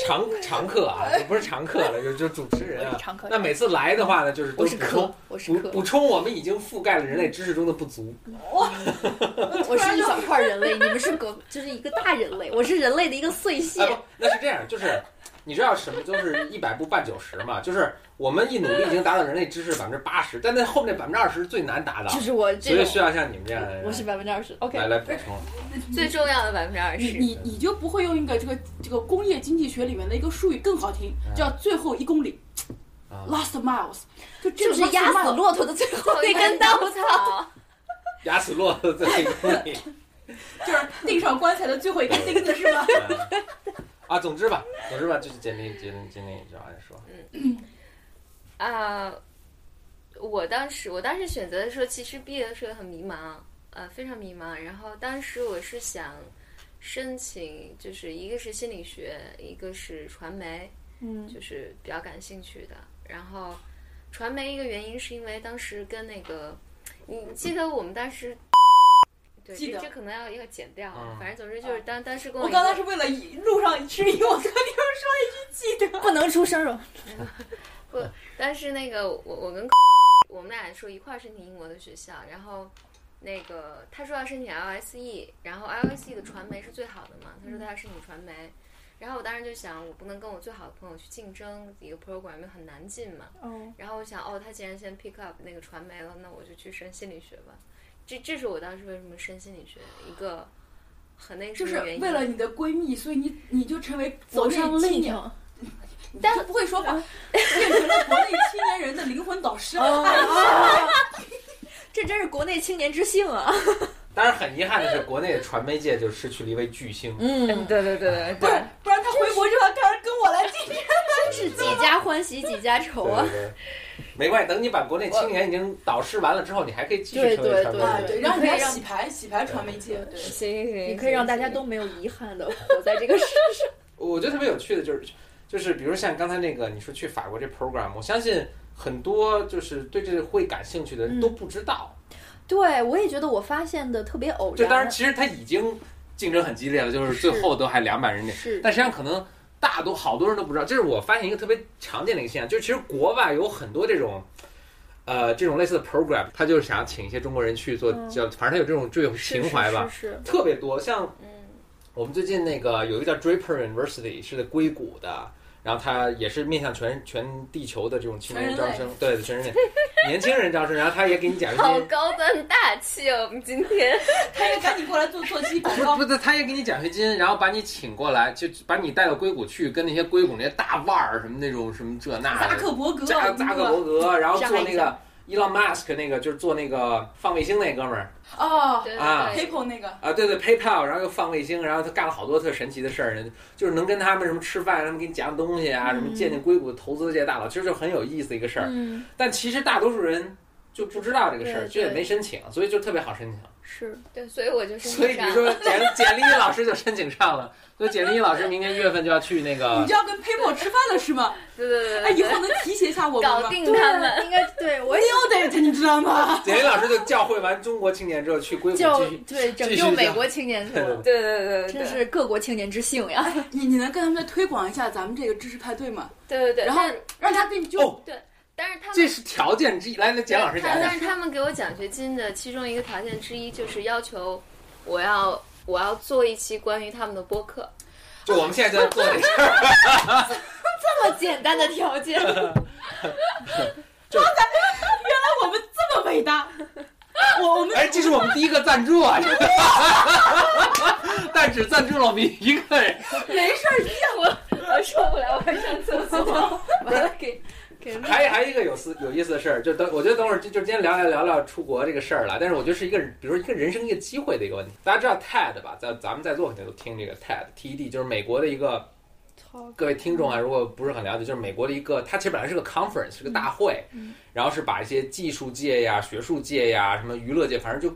[SPEAKER 2] 常常客啊，就不是常客了，就就主持人
[SPEAKER 4] 我
[SPEAKER 2] 啊
[SPEAKER 4] 是。常客，
[SPEAKER 2] 那每次来的话呢，就是都
[SPEAKER 4] 我是
[SPEAKER 2] 补充
[SPEAKER 4] 客，我是
[SPEAKER 2] 补
[SPEAKER 4] 客，
[SPEAKER 2] 补充我们已经覆盖了人类知识中的不足。
[SPEAKER 4] 我是一小块人类，你们是个就是一个大人类，我是人类的一个碎
[SPEAKER 2] 啊
[SPEAKER 4] 屑。
[SPEAKER 2] 不，那是这样，就是你知道什么就是一百步半九十嘛，就是我们一努力已经达到人类知识百分之八十，但那后面百分之二十最难达到，
[SPEAKER 4] 就是我
[SPEAKER 2] 所
[SPEAKER 4] 这
[SPEAKER 2] 以
[SPEAKER 4] 种
[SPEAKER 2] 需要像你们这样的人
[SPEAKER 4] 我是百分之二十，OK，
[SPEAKER 2] 来来补充。
[SPEAKER 5] 最重要的百分之二
[SPEAKER 3] 你
[SPEAKER 5] 十，
[SPEAKER 3] 你你就不会用一个这个这个工业经济学里面的一个术语更好听
[SPEAKER 2] 嗯，
[SPEAKER 3] 叫最后一公里
[SPEAKER 2] 啊，
[SPEAKER 3] （last miles），就这
[SPEAKER 4] 就
[SPEAKER 3] 个
[SPEAKER 4] 是压
[SPEAKER 3] last
[SPEAKER 4] 死
[SPEAKER 3] mile
[SPEAKER 4] 骆驼的最后一根稻草。
[SPEAKER 2] 压死骆驼在那个里。
[SPEAKER 3] 就是钉上棺材的最后一根钉子，是吗？
[SPEAKER 2] 啊，总之吧，总之吧，就是简历，简历，简历，就按说，
[SPEAKER 5] 啊、我当时我当时选择的时候，其实毕业的时候很迷茫，呃，非常迷茫。然后当时我是想申请，就是一个是心理学，一个是传媒，
[SPEAKER 4] 嗯，
[SPEAKER 5] 就是比较感兴趣的。然后传媒一个原因是因为当时跟那个，你记得我们当时。对，
[SPEAKER 3] 记
[SPEAKER 5] 这
[SPEAKER 3] 得
[SPEAKER 5] 这可能要要剪掉，啊
[SPEAKER 2] 嗯
[SPEAKER 5] 反正总之就是当当时跟
[SPEAKER 3] 我
[SPEAKER 5] 一
[SPEAKER 3] 刚
[SPEAKER 5] 个
[SPEAKER 3] 才是为了路上吃一，我特地
[SPEAKER 4] 不能出声儿。
[SPEAKER 5] 但是那个我我跟 我们俩说一块儿申请英国的学校，然后那个他说要申请 LSE，然后 LSE 的传媒是最好的嘛，他说他要申请传媒，然后我当时就想我不能跟我最好的朋友去竞争一个 program，因为很难进嘛，
[SPEAKER 4] 哦，
[SPEAKER 5] 然后我想哦，他既然先 pick up 那个传媒了，那我就去申心理学吧，这这是我当时为什么申心理学一个很那个
[SPEAKER 3] 就是
[SPEAKER 5] 什么原因
[SPEAKER 3] 为了你 的闺蜜，所以你你就成为
[SPEAKER 4] 走上
[SPEAKER 3] 另
[SPEAKER 4] 另一
[SPEAKER 3] 一
[SPEAKER 4] 条。
[SPEAKER 3] 但不会说话， 变成了国内青年人的灵魂导师。
[SPEAKER 4] 哦 这真是国内青年之幸啊！
[SPEAKER 2] 当然很遗憾的是，国内的传媒界就失去了一位巨星。
[SPEAKER 4] 嗯，
[SPEAKER 5] 对对对对
[SPEAKER 3] 不然不然他回国就要开始跟我来竞争。
[SPEAKER 4] 是几家欢
[SPEAKER 5] 欢喜几家愁
[SPEAKER 2] 对
[SPEAKER 5] 啊
[SPEAKER 2] 对。对，没关系，等你把国内青年已经导师完了之后，你还可以继续
[SPEAKER 4] 对
[SPEAKER 2] 成为
[SPEAKER 4] 对
[SPEAKER 2] 传媒
[SPEAKER 4] 对
[SPEAKER 3] 啊，
[SPEAKER 2] 人。
[SPEAKER 3] 对，让人家洗牌，洗牌传媒界，对，
[SPEAKER 5] 行行行，
[SPEAKER 4] 你可以让大家
[SPEAKER 5] 行
[SPEAKER 4] 都没有遗憾的活在这 个世上。
[SPEAKER 2] 我觉得特别有趣的就是，就是比如像刚才那个你说去法国这 program，我相信很多就是对这个会感兴趣的人
[SPEAKER 4] 嗯
[SPEAKER 2] 都不知道。
[SPEAKER 4] 对，我也觉得我发现的特别偶
[SPEAKER 2] 就当然，
[SPEAKER 4] 然。
[SPEAKER 2] 其实他已经竞争很激烈了，就是最
[SPEAKER 4] 是
[SPEAKER 2] 后都还两百人里，
[SPEAKER 4] 是，
[SPEAKER 2] 但实际上可能大多好多人都不知道。这是我发现一个特别常见的一个现象，就是其实国外有很多这种。呃，这种类似的 program，他就是想请一些中国人去做，
[SPEAKER 4] 嗯
[SPEAKER 2] 叫、反正他有这种这种
[SPEAKER 4] 是
[SPEAKER 2] 情怀吧，
[SPEAKER 4] 是是
[SPEAKER 2] 特别多。像
[SPEAKER 5] 嗯，
[SPEAKER 2] 我们最近那个有一个叫 Draper University 是在硅谷的，然后它也是面向全全地球的这种青年招
[SPEAKER 3] 全
[SPEAKER 2] 生，对全人类年轻人 招生，然后他也给你讲一
[SPEAKER 5] 好
[SPEAKER 2] 些。
[SPEAKER 5] 高端大气哦，我们今天
[SPEAKER 3] 他也赶紧过来做做 鸡广
[SPEAKER 2] 不是
[SPEAKER 3] 告
[SPEAKER 2] 不。是，他也给你奖学金，然后把你请过来，就把你带到硅谷去，跟那些硅谷那些大腕儿什么那种什么这那
[SPEAKER 3] 扎
[SPEAKER 2] 的，
[SPEAKER 3] 克伯格，
[SPEAKER 2] 扎扎克伯格，然后做那
[SPEAKER 4] 上
[SPEAKER 2] 个 Elon Musk 那个，就是做那个放卫星那哥们儿
[SPEAKER 3] 哦
[SPEAKER 5] 对
[SPEAKER 2] 啊
[SPEAKER 5] 对对
[SPEAKER 3] ，PayPal 那个，
[SPEAKER 2] 啊，对对，PayPal，然后又放卫星，然后他干了好多特神奇的事儿，就是能跟他们什么吃饭，他们给你讲东西啊，什么
[SPEAKER 4] 嗯
[SPEAKER 2] 见见硅谷的投资界大佬，其实就很有意思一个事儿。
[SPEAKER 4] 嗯，
[SPEAKER 2] 但其实大多数人就不知道这个事儿，
[SPEAKER 4] 对
[SPEAKER 2] 就也
[SPEAKER 4] 对
[SPEAKER 2] 没申请，所以就特别好申请。
[SPEAKER 4] 是
[SPEAKER 5] 对，所以我就
[SPEAKER 2] 所以
[SPEAKER 5] 是
[SPEAKER 2] 比如说简简历老师就申请上了，所以简历老师明年一月份就要去那
[SPEAKER 3] 你
[SPEAKER 2] 个
[SPEAKER 3] 就要跟 PayPal 吃饭了是吗？
[SPEAKER 5] 对对对
[SPEAKER 3] 哎，
[SPEAKER 5] 对
[SPEAKER 3] 以
[SPEAKER 5] 对，
[SPEAKER 3] 后能提携一下我们
[SPEAKER 5] 搞
[SPEAKER 3] 吗
[SPEAKER 5] 定
[SPEAKER 4] 对啊
[SPEAKER 5] 他们。
[SPEAKER 4] 应该对我也
[SPEAKER 3] ？New Date，你知道吗？
[SPEAKER 2] 简历老师就教会完中国青年之后去硅谷
[SPEAKER 4] 就
[SPEAKER 2] 继续。
[SPEAKER 4] 对拯
[SPEAKER 2] 继续
[SPEAKER 4] 救美
[SPEAKER 2] 讲
[SPEAKER 4] 国青年去
[SPEAKER 2] 对对
[SPEAKER 4] 了
[SPEAKER 2] 对，
[SPEAKER 5] 对对对对，
[SPEAKER 4] 真是各国青年之幸呀！
[SPEAKER 3] 哎你你能跟他们再推广一下咱们这个知识派对吗？
[SPEAKER 5] 对对对。
[SPEAKER 3] 然后
[SPEAKER 5] 但
[SPEAKER 3] 让他给你就
[SPEAKER 2] 哦，
[SPEAKER 5] 但是他们
[SPEAKER 2] 这是条件之一。来，那简老师讲
[SPEAKER 5] 但但
[SPEAKER 2] 讲。
[SPEAKER 5] 是他们给我奖学金的其中一个条件之一就是要求我要我要做一期关于他们的播客。
[SPEAKER 2] 就我们现在就在做这事儿，
[SPEAKER 4] 这么简单的条件，
[SPEAKER 3] 哎我们这么伟大，我我们
[SPEAKER 2] 哎，这是我们第一个赞助啊，但只赞助了我们一个人。
[SPEAKER 5] 没事，我我受不了，我还上厕所。
[SPEAKER 4] 完了给给录
[SPEAKER 2] 还还有一个有思有意思的事儿，就等我觉得等会儿就就今天聊聊聊聊出国这个事儿了，但是我觉得是一个比如说一个人生一个机会的一个问题。大家知道 TED 吧？咱咱们在座肯定都听这个 TED TED，就是美国的一个各位听众啊，如果不是很了解，就是美国的一个，它其实本来是个 conference，是个大会，
[SPEAKER 4] 嗯
[SPEAKER 2] 然后是把一些技术界呀、学术界呀、什么娱乐界，反正就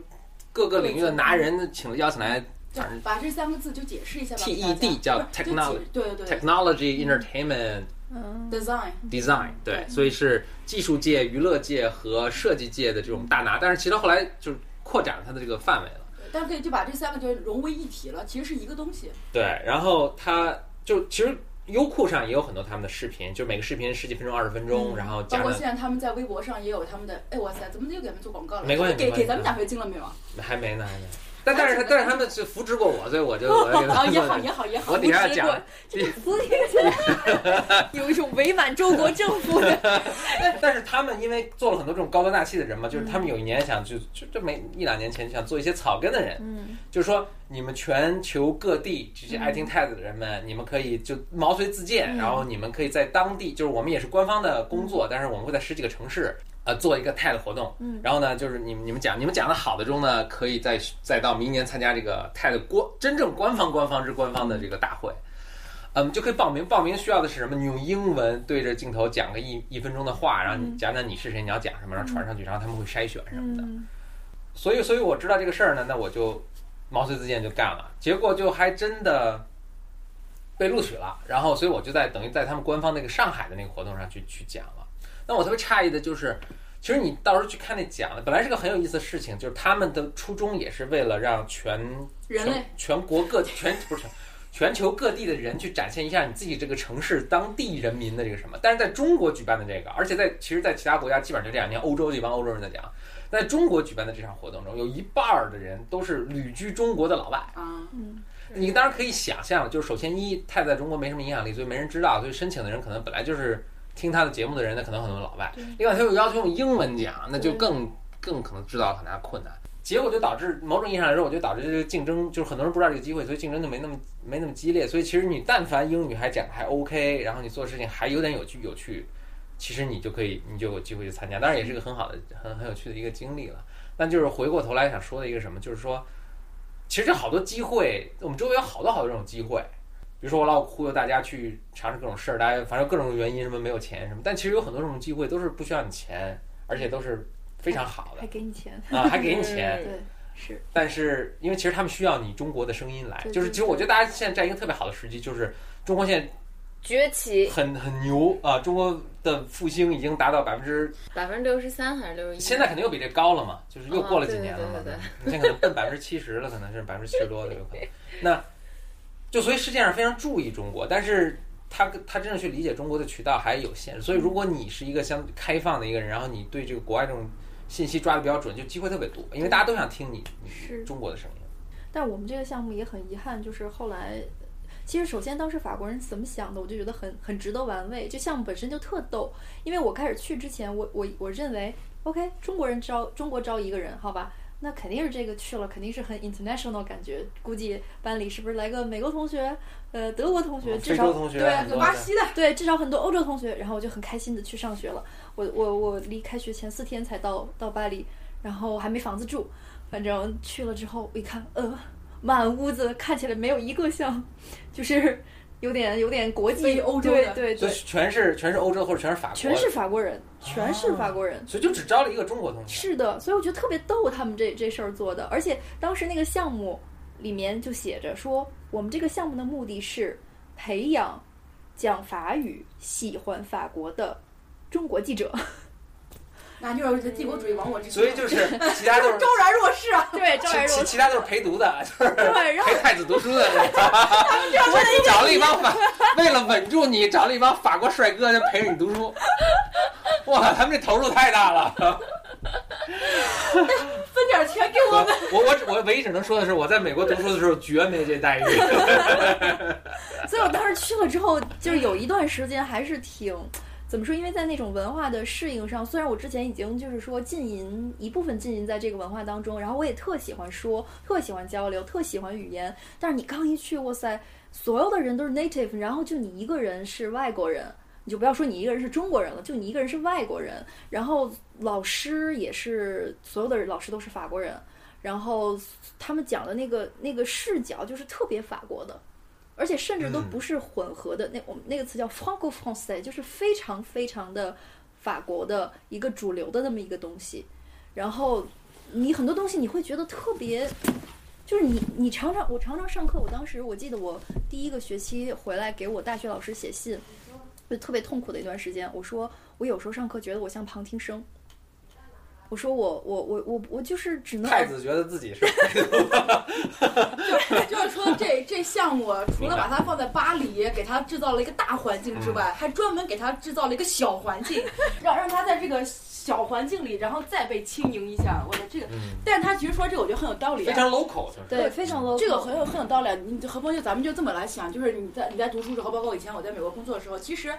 [SPEAKER 2] 各个领域的拿人请邀请来，反正
[SPEAKER 3] 把这三个字就解释一下吧。给大家
[SPEAKER 2] TED 叫
[SPEAKER 3] 不是就
[SPEAKER 2] technology
[SPEAKER 3] 解对对对
[SPEAKER 2] technology entertainment
[SPEAKER 4] 嗯，
[SPEAKER 3] ，design
[SPEAKER 2] design，对，
[SPEAKER 3] 对
[SPEAKER 2] 所以是技术界、娱乐界和设计界的这种大拿，但是其实后来就是扩展了它的这个范围了。
[SPEAKER 3] 但可以就把这三个就融为一体了，其实是一个东西。
[SPEAKER 2] 对，然后它就其实优酷上也有很多他们的视频，就每个视频十几分钟、二十分钟，然后
[SPEAKER 3] 嗯包
[SPEAKER 2] 加
[SPEAKER 3] 括
[SPEAKER 2] 上
[SPEAKER 3] 现在他们在微博上也有他们的，哎哇塞，怎么又给他们做广告了？
[SPEAKER 2] 没关系没
[SPEAKER 3] 给
[SPEAKER 2] 关系
[SPEAKER 3] 给咱们奖学金了没有啊？
[SPEAKER 2] 还没呢，还没呢。但但是他但是他们是扶植过 我，所以我就我就给他
[SPEAKER 3] 啊，
[SPEAKER 2] 们
[SPEAKER 3] 也
[SPEAKER 2] 做
[SPEAKER 3] 好
[SPEAKER 2] 的。
[SPEAKER 3] 也好也好，
[SPEAKER 2] 我底下讲
[SPEAKER 4] 扶植， 词听起来 有一种伪满洲国政府的，
[SPEAKER 2] 但是他们因为做了很多这种高端大气的人嘛，就是
[SPEAKER 3] 嗯
[SPEAKER 2] 他们有一年想就就就没一两年前想做一些草根的人，
[SPEAKER 4] 嗯，
[SPEAKER 2] 就是说你们全球各地这些爱听 TED 的人们，你们可以就毛遂自荐，
[SPEAKER 4] 嗯
[SPEAKER 2] 然后你们可以在当地，就是我们也是官方的工作，但是我们会在十几个城市。呃，做一个 TED 活动，
[SPEAKER 4] 嗯
[SPEAKER 2] 然后呢，就是你们你们讲你们讲的好的中呢，可以再再到明年参加这个 TED 官真正官方官方之官方的这个大会，嗯，就可以报名。报名需要的是什么？你用英文对着镜头讲个一一分钟的话，然后你讲讲你是谁，你要讲什么，然后传上去，然后他们会筛选什么的。
[SPEAKER 4] 嗯，
[SPEAKER 2] 所以，所以我知道这个事儿呢，那我就毛遂自荐就干了，结果就还真的被录取了。然后，所以我就在等于在他们官方那个上海的那个活动上去去讲了。那我特别诧异的就是，其实你到时候去看那讲的，本来是个很有意思的事情，就是他们的初衷也是为了让全
[SPEAKER 3] 人类
[SPEAKER 2] 全全国各全 不是全全球各地的人去展现一下你自己这个城市当地人民的这个什么。但是在中国举办的这个，而且在其实，在其他国家基本上就这样。你看欧洲这帮欧洲人在讲，在中国举办的这场活动中，有一半儿的人都是旅居中国的老外。
[SPEAKER 3] 啊，
[SPEAKER 2] 你当然可以想象，就是首先一，他在中国没什么影响力，所以没人知道，所以申请的人可能本来就是听他的节目的人，那可能很多老外。另外，他又要求用英文讲，那就更更可能制造很大困难。结果就导致某种意义上来说，我就导致这个竞争，就是很多人不知道这个机会，所以竞争就没那么没那么激烈。所以其实你但凡英语还讲得还 OK，然后你做事情还有点有趣有趣，其实你就可以你就有机会去参加。当然也是一个很好的很很有趣的一个经历了。但就是回过头来想说的一个什么，就是说，其实这好多机会，我们周围有好多好多这种机会，比如说我老忽悠大家去尝试各种事儿，大家反正各种原因什么没有钱什么，但其实有很多这种机会都是不需要你钱，而且都是非常好
[SPEAKER 4] 还给你钱，
[SPEAKER 2] 的啊，还给你钱。
[SPEAKER 4] 对，是
[SPEAKER 2] 但是因为其实他们需要你中国的声音来，
[SPEAKER 4] 对
[SPEAKER 2] 就是
[SPEAKER 4] 对
[SPEAKER 2] 其实我觉得大家现在在一个特别好的时机，就是中国现
[SPEAKER 5] 崛
[SPEAKER 2] 在
[SPEAKER 5] 起
[SPEAKER 2] 很很牛啊、中国的复兴已经达到百分之，
[SPEAKER 5] 百分之六十三还是六十一？
[SPEAKER 2] 现在肯定又比这高了嘛，就是又过了几年了嘛，
[SPEAKER 5] 啊对对对
[SPEAKER 2] 你现在可能奔百分之七十了，可能是百分之七十多的有可能。那就所以世界上非常注意中国，但是。他他真正去理解中国的渠道还有限，所以如果你是一个相开放的一个人，然后你对这个国外这种信息抓的比较准，就机会特别多，因为大家都想听你
[SPEAKER 4] 是
[SPEAKER 2] 你中国的声音。
[SPEAKER 4] 但我们这个项目也很遗憾，就是后来，其实首先当时法国人是怎么想的，我就觉得很很值得玩味。这项目本身就特逗，因为我开始去之前，我我我认为，OK，中国人招中国招一个人，好吧。那肯定是这个去了，肯定是很 international 感觉。估计班里是不是来个美国同学，呃，德国同学，
[SPEAKER 2] 哦非
[SPEAKER 4] 至少
[SPEAKER 2] 洲同学
[SPEAKER 4] 对
[SPEAKER 2] 很多
[SPEAKER 3] 啊巴西的
[SPEAKER 4] 对，至少很多欧洲同学，然后我就很开心的去上学了。我我我离开学前四天才到到巴黎，然后还没房子住，反正去了之后我一看，呃，满屋子看起来没有一个像，就是有点有点国际
[SPEAKER 3] 非欧洲
[SPEAKER 4] 对
[SPEAKER 3] 的
[SPEAKER 4] 对
[SPEAKER 2] 所以
[SPEAKER 4] 对，
[SPEAKER 2] 全是全是欧洲或者全是法国，
[SPEAKER 4] 全是法国人，全是法国
[SPEAKER 3] 啊
[SPEAKER 4] 人。
[SPEAKER 2] 所以就只招了一个中国同学。
[SPEAKER 4] 是的，所以我觉得特别逗，他们这这事儿做的，而且当时那个项目里面就写着说，我们这个项目的目的是培养讲法语、喜欢法国的中国记者。
[SPEAKER 3] 那就是帝国主义亡我之心
[SPEAKER 2] 所以就是其他都是
[SPEAKER 3] 昭然若市啊！
[SPEAKER 4] 对，赵
[SPEAKER 2] 其
[SPEAKER 4] 爱
[SPEAKER 2] 其
[SPEAKER 4] 若
[SPEAKER 2] 其他都是陪读的，就是
[SPEAKER 4] 对，然后
[SPEAKER 2] 陪太子读书的。我找了一帮法，为了稳住你，找了一帮法国帅哥就陪着你读书。哇，他们这投入太大了。
[SPEAKER 3] 分点钱给我
[SPEAKER 2] 我我我只我唯一只能说的是，我在美国读书的时候绝没这待遇。
[SPEAKER 4] 所以我当时去了之后，就是有一段时间还是挺。怎么说？因为在那种文化的适应上，虽然我之前已经就是说浸淫一部分浸淫在这个文化当中，然后我也特喜欢说，特喜欢交流，特喜欢语言。但是你刚一去，哇塞，所有的人都是 native，然后就你一个人是外国人，你就不要说你一个人是中国人了，就你一个人是外国人。然后老师也是，所有的老师都是法国人，然后他们讲的那个那个视角就是特别法国的，而且甚至都
[SPEAKER 2] 嗯
[SPEAKER 4] 不是混合的。那我们那个词叫 Franco français，就是非常非常的法国的一个主流的那么一个东西。然后你很多东西你会觉得特别，就是你你常常我常常上课，我当时我记得我第一个学期回来给我大学老师写信，就特别痛苦的一段时间。我说我有时候上课觉得我像旁听生。我说我我我我我就是只能
[SPEAKER 2] 太子觉得自己是
[SPEAKER 3] 们，就是说这这项目除了把它放在巴黎，给它制造了一个大环境之
[SPEAKER 2] 嗯
[SPEAKER 3] 外，还专门给它制造了一个小环境， 让让它在这个小环境里，然后再被轻盈一下。我的这个，
[SPEAKER 2] 嗯
[SPEAKER 3] 但是他其实说这个，我觉得很有道理
[SPEAKER 2] 非
[SPEAKER 3] 啊。
[SPEAKER 2] 常 local，就是
[SPEAKER 4] 对非常 low
[SPEAKER 3] 这个很有很有道理啊。你何峰就咱们就这么来想，就是你在你在读书时候，包括以前我在美国工作的时候，其实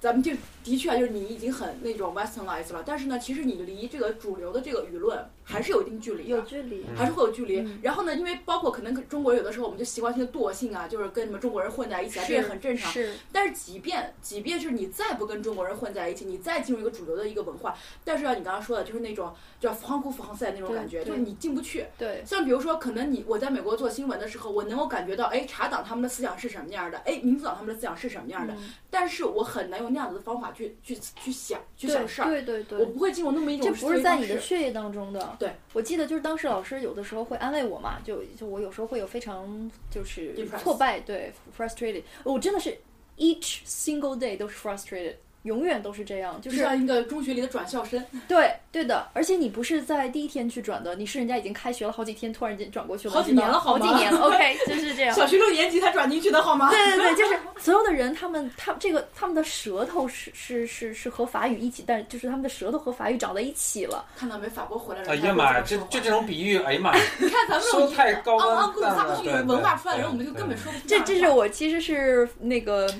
[SPEAKER 3] 咱们就的确啊就是你已经很那种 westernized 了，但是呢，其实你离这个主流的这个舆论还是有一定距离的。
[SPEAKER 4] 有距离，
[SPEAKER 3] 还是会有距离。
[SPEAKER 4] 嗯
[SPEAKER 3] 然后呢，因为包括可能中国人有的时候我们就习惯性的惰性啊，就是跟你们中国人混在一起啊，这也很正常。
[SPEAKER 4] 是
[SPEAKER 3] 但是即便即便是你再不跟中国人混在一起，你再进入一个主流的一个文化，但是啊，你刚刚说的就是那种叫 f r a n c o 那种
[SPEAKER 4] 对
[SPEAKER 3] 感觉，
[SPEAKER 4] 对
[SPEAKER 3] 就是你进不去。
[SPEAKER 4] 对。
[SPEAKER 3] 像比如说，可能你我在美国做新闻的时候，我能够感觉到，哎，茶党他们的思想是什么样的，哎，民主党他们的思想是什么样的，
[SPEAKER 4] 嗯
[SPEAKER 3] 但是我很难用那样子的方法去去去想去
[SPEAKER 4] 对
[SPEAKER 3] 想事儿，
[SPEAKER 4] 对对
[SPEAKER 3] 我
[SPEAKER 4] 对，
[SPEAKER 3] 不会进入那么一种
[SPEAKER 4] 这
[SPEAKER 3] 思
[SPEAKER 4] 不
[SPEAKER 3] 维
[SPEAKER 4] 是在
[SPEAKER 3] 方
[SPEAKER 4] 你的
[SPEAKER 3] 式
[SPEAKER 4] 血液当中的。
[SPEAKER 3] 对，
[SPEAKER 4] 我记得就是当时老师有的时候会安慰我嘛，就就我有时候会有非常就是
[SPEAKER 3] Depressed
[SPEAKER 4] 挫败，对，frustrated，我真的是 each single day 都是 frustrated，永远都是这样，就
[SPEAKER 3] 就是像一个中学里的转校生。
[SPEAKER 4] 对对的，而且你不是在第一天去转的，你是人家已经开学了好几天，突然间转过去了，
[SPEAKER 3] 好几
[SPEAKER 4] 你知道
[SPEAKER 3] 年了好
[SPEAKER 4] 好
[SPEAKER 3] 吗
[SPEAKER 4] 几年了 ，OK，就是这样。
[SPEAKER 3] 小学六年级才转进去的好吗？
[SPEAKER 4] 哎对对对，就是所有的人，他们他这个他们的舌头是是是是和法语一起，但就是他们的舌头和法语长在一起了。
[SPEAKER 3] 看到没，法国回来人，
[SPEAKER 2] 哎呀妈呀，这就这种比喻，哎呀妈呀，
[SPEAKER 3] 你看咱们这
[SPEAKER 2] 说
[SPEAKER 3] 种啊
[SPEAKER 2] 太高
[SPEAKER 3] 昂
[SPEAKER 2] 端
[SPEAKER 3] 昂古鲁萨克逊文化出来
[SPEAKER 2] 对
[SPEAKER 3] 的人，我们就根本说不啊出
[SPEAKER 4] 这
[SPEAKER 3] 那
[SPEAKER 4] 这
[SPEAKER 3] 样
[SPEAKER 4] 是
[SPEAKER 3] 的话
[SPEAKER 4] 我其实是那个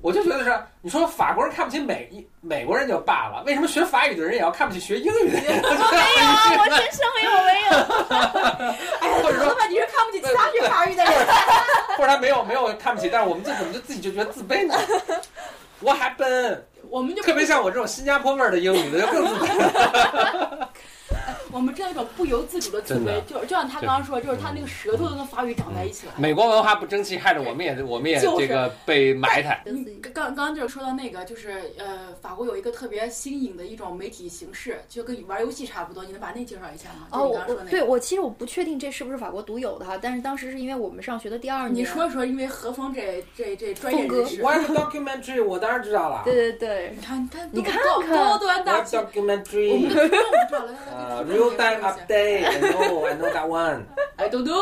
[SPEAKER 2] 我就觉得是，你说法国人看不起美美国人就罢了，为什么学法语的人也要看不起学英语的人？
[SPEAKER 4] 啊，我真声明我没有，
[SPEAKER 3] 哎，
[SPEAKER 2] 或者说
[SPEAKER 3] 老板，你是看不起其他学法语的人，
[SPEAKER 2] 或者他没有没有看不起，但是我们这怎么就自己就觉得自卑呢？我还笨，
[SPEAKER 3] 我们就
[SPEAKER 2] 特别像我这种新加坡味儿的英语的就更自卑。
[SPEAKER 3] 我们真的有一种不由自主的自
[SPEAKER 2] 真的嗯
[SPEAKER 3] 卑，就是就像他刚刚说，就是他那个舌头都跟法语长在一
[SPEAKER 4] 嗯
[SPEAKER 3] 起了。
[SPEAKER 2] 美国文化不争气，害得我们也我们也
[SPEAKER 3] 就是
[SPEAKER 2] 这个被埋汰。
[SPEAKER 4] 跟自己
[SPEAKER 3] 嗯刚刚刚就是说到那个，就是呃，法国有一个特别新颖的一种媒体形式，就跟玩游戏差不多。你能把那介绍一下吗？就
[SPEAKER 4] 哦，
[SPEAKER 3] 你
[SPEAKER 4] 我
[SPEAKER 3] 刚刚说
[SPEAKER 4] 我
[SPEAKER 3] 那
[SPEAKER 4] 对
[SPEAKER 3] 个。
[SPEAKER 4] 我其实我不确定这是不是法国独有的哈，但是当时是因为我们上学的第二年，
[SPEAKER 3] 你说说，因为何峰这这这专业
[SPEAKER 4] 峰哥
[SPEAKER 3] 人 士，
[SPEAKER 2] Web documentary 我当然知道了
[SPEAKER 4] 对对对
[SPEAKER 3] 你，看你看，
[SPEAKER 4] 你看
[SPEAKER 3] 高
[SPEAKER 4] 看
[SPEAKER 3] 高端大
[SPEAKER 2] Web
[SPEAKER 3] 气，我们
[SPEAKER 2] documentary。
[SPEAKER 3] 都不知道了。哎
[SPEAKER 2] 呃
[SPEAKER 3] 来来来
[SPEAKER 2] ，real
[SPEAKER 3] 来
[SPEAKER 2] time
[SPEAKER 3] 来来
[SPEAKER 2] update。I know, I know that one。
[SPEAKER 3] 哎，豆豆，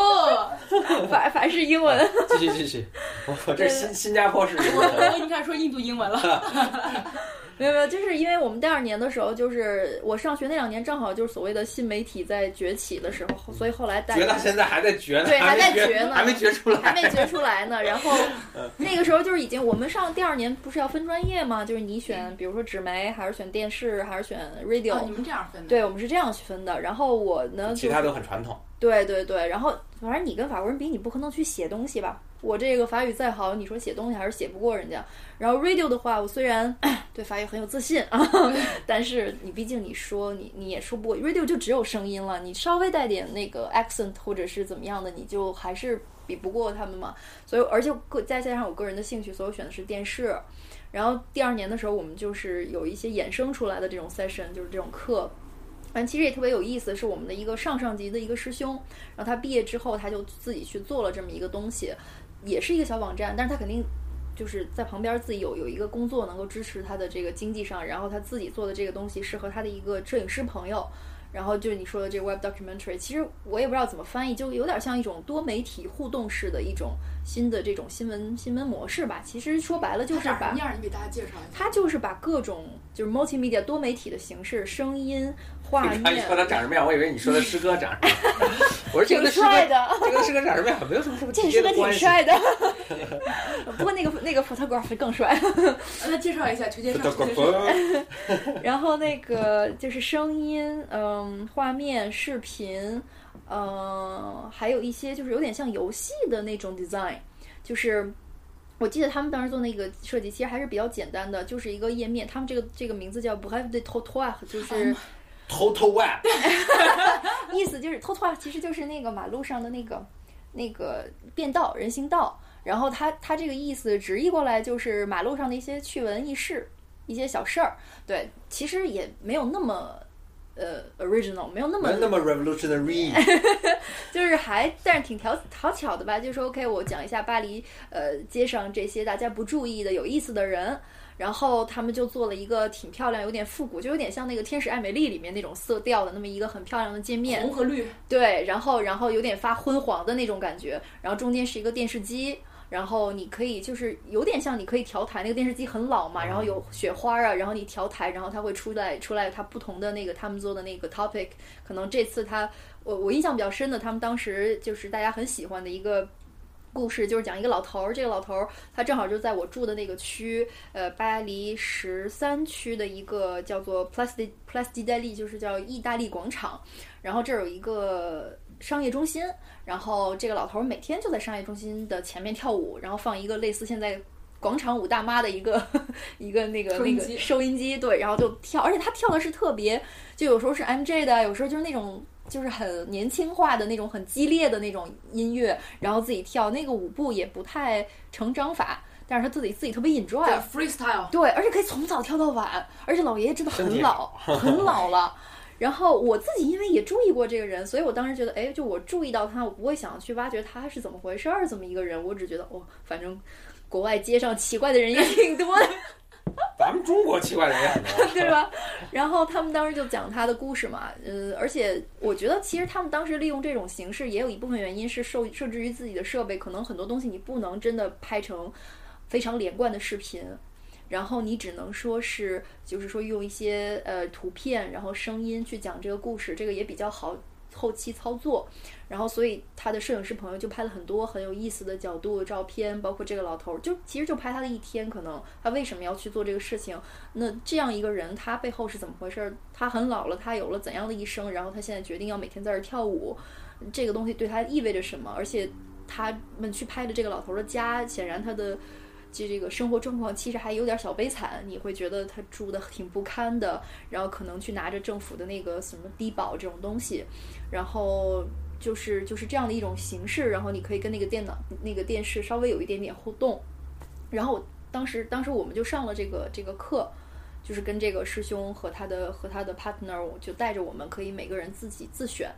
[SPEAKER 4] 凡凡是英 文，
[SPEAKER 2] 继续继续，我我这新新加坡式英
[SPEAKER 3] 我
[SPEAKER 2] 文。
[SPEAKER 3] 我你看说印度英文了。
[SPEAKER 4] 没有没有，就是因为我们第二年的时候，就是我上学那两年正好就是所谓的新媒体在崛起的时候，所以后来大
[SPEAKER 2] 绝
[SPEAKER 4] 家
[SPEAKER 2] 到现在还在绝呢，
[SPEAKER 4] 对
[SPEAKER 2] 还没
[SPEAKER 4] 还在绝呢
[SPEAKER 2] 还没绝出
[SPEAKER 4] 还
[SPEAKER 2] 来。
[SPEAKER 4] 没觉出来呢。然后
[SPEAKER 3] 嗯
[SPEAKER 4] 那个时候就是已经，我们上第二年不是要分专业吗？就是你选，比如说纸媒，还是选电视，还是选 radio？、
[SPEAKER 3] 哦，你们这样分的。
[SPEAKER 4] 对，我们是这样去分的。然后我呢，
[SPEAKER 2] 其
[SPEAKER 4] 就是
[SPEAKER 2] 他都很传统，
[SPEAKER 4] 对对对，然后反正你跟法国人比，你不可能去写东西吧？我这个法语再好，你说写东西还是写不过人家。然后 radio 的话，我虽然对法语很有自信啊， 但是你毕竟你说你你也说不过 radio 就只有声音了，你稍微带点那个 accent 或者是怎么样的，你就还是比不过他们嘛。所以而且个再加上我个人的兴趣，所以我选的是电视。然后第二年的时候，我们就是有一些衍生出来的这种 session，就是这种课。嗯，其实也特别有意思，是我们的一个上上级的一个师兄，然后他毕业之后，他就自己去做了这么一个东西，也是一个小网站，但是他肯定就是在旁边自己有有一个工作能够支持他的这个经济上，然后他自己做的这个东西是和他的一个摄影师朋友，然后就是你说的这个 web documentary，其实我也不知道怎么翻译，就有点像一种多媒体互动式的一种新的这种新闻新闻模式吧。其实说白了就
[SPEAKER 3] 他
[SPEAKER 4] 是
[SPEAKER 3] 长什
[SPEAKER 4] 把
[SPEAKER 3] 么样儿？你给大家介绍一下。
[SPEAKER 4] 它就是把各种就是 multimedia 多媒体的形式，声音、画
[SPEAKER 2] 你看你
[SPEAKER 4] 面
[SPEAKER 2] 说，他长什么样，我以为你说的师哥长什么样。 我说这
[SPEAKER 4] 挺
[SPEAKER 2] 个师
[SPEAKER 4] 帅
[SPEAKER 2] 哥，
[SPEAKER 4] 的。
[SPEAKER 2] 这个师哥长什么样，没有什么什么
[SPEAKER 4] 这
[SPEAKER 2] 直接的
[SPEAKER 4] 个师哥挺
[SPEAKER 2] 关系。
[SPEAKER 4] 帅 的，不过那个那个 photographer 更帅。
[SPEAKER 3] 呃那他介绍一下，推荐上，推荐上。
[SPEAKER 2] Photographer
[SPEAKER 4] 然后那个就是声音，嗯，画面、视频，嗯，还有一些就是有点像游戏的那种 design，就是。我记得他们当时做那个设计，其实还是比较简单的，就是一个页面。他们这个这个名字叫 Bref de Trottoir，就是
[SPEAKER 2] ，Total Web，
[SPEAKER 4] 意思就是偷 o 其实就是那个马路上的那个那个便道、人行道。然后它它这个意思直译过来就是马路上的一些趣闻轶事、一些小事儿。对，其实也没有那么呃 original，没有那么
[SPEAKER 2] 没那么 revolutionary，
[SPEAKER 4] 就是还，但是挺调讨巧的吧？就是说 OK，我讲一下巴黎呃街上这些大家不注意的有意思的人，然后他们就做了一个挺漂亮、有点复古，就有点像那个《天使艾美丽》里面那种色调的那么一个很漂亮的界面。
[SPEAKER 3] 红和绿，
[SPEAKER 4] 对，然后然后有点发昏黄的那种感觉，然后中间是一个电视机。然后你可以就是有点像你可以调台，那个电视机很老嘛，然后有雪花啊，然后你调台，然后它会出来出来它不同的那个他们做的那个 topic，可能这次他我我印象比较深的，他们当时就是大家很喜欢的一个故事，就是讲一个老头儿，这个老头儿他正好就在我住的那个区，呃，巴黎十三区的一个叫做 Place de Place d i t a l i 就是叫意大利广场。然后这儿有一个商业中心，然后这个老头儿每天就在商业中心的前面跳舞，然后放一个类似现在广场舞大妈的一个 一个那个
[SPEAKER 3] 收
[SPEAKER 4] 那
[SPEAKER 3] 音
[SPEAKER 4] 个
[SPEAKER 3] 机
[SPEAKER 4] 收音机，对，然后就跳，而且他跳的是特别，就有时候是 MJ 的，啊有时候就是那种。就是很年轻化的那种，很激烈的那种音乐，然后自己跳那个舞步也不太成章法，但是他自己自己特别 enjoy，
[SPEAKER 3] 对，freestyle。
[SPEAKER 4] 对，而且可以从早跳到晚，而且老爷爷真的
[SPEAKER 2] 身
[SPEAKER 4] 很
[SPEAKER 2] 体
[SPEAKER 4] 老， 很老了。然后我自己因为也注意过这个人，所以我当时觉得，哎，就我注意到他，我不会想去挖掘他是怎么回事儿，这么一个人，我只觉得哦，反正国外街上奇怪的人也挺多的，
[SPEAKER 2] 咱们中国奇怪的人啊很多。
[SPEAKER 4] 对吧？然后他们当时就讲他的故事嘛，嗯，而且我觉得其实他们当时利用这种形式，也有一部分原因是受受制于自己的设备，可能很多东西你不能真的拍成非常连贯的视频。然后你只能说是，就是说用一些呃图片，然后声音去讲这个故事，这个也比较好后期操作。然后，所以他的摄影师朋友就拍了很多很有意思的角度照片，包括这个老头儿，就其实就拍他的一天，可能他为什么要去做这个事情？那这样一个人，他背后是怎么回事儿？他很老了，他有了怎样的一生？然后他现在决定要每天在这儿跳舞，这个东西对他意味着什么？而且他们去拍的这个老头儿的家，显然他的这这个生活状况其实还有点小悲惨，你会觉得他住的挺不堪的，然后可能去拿着政府的那个什么低保这种东西，然后就是就是这样的一种形式，然后你可以跟那个电脑、那个电视稍微有一点点互动。然后我当时当时我们就上了这个这个课，就是跟这个师兄和他的和他的 partner 我就带着我们可以每个人自己自选。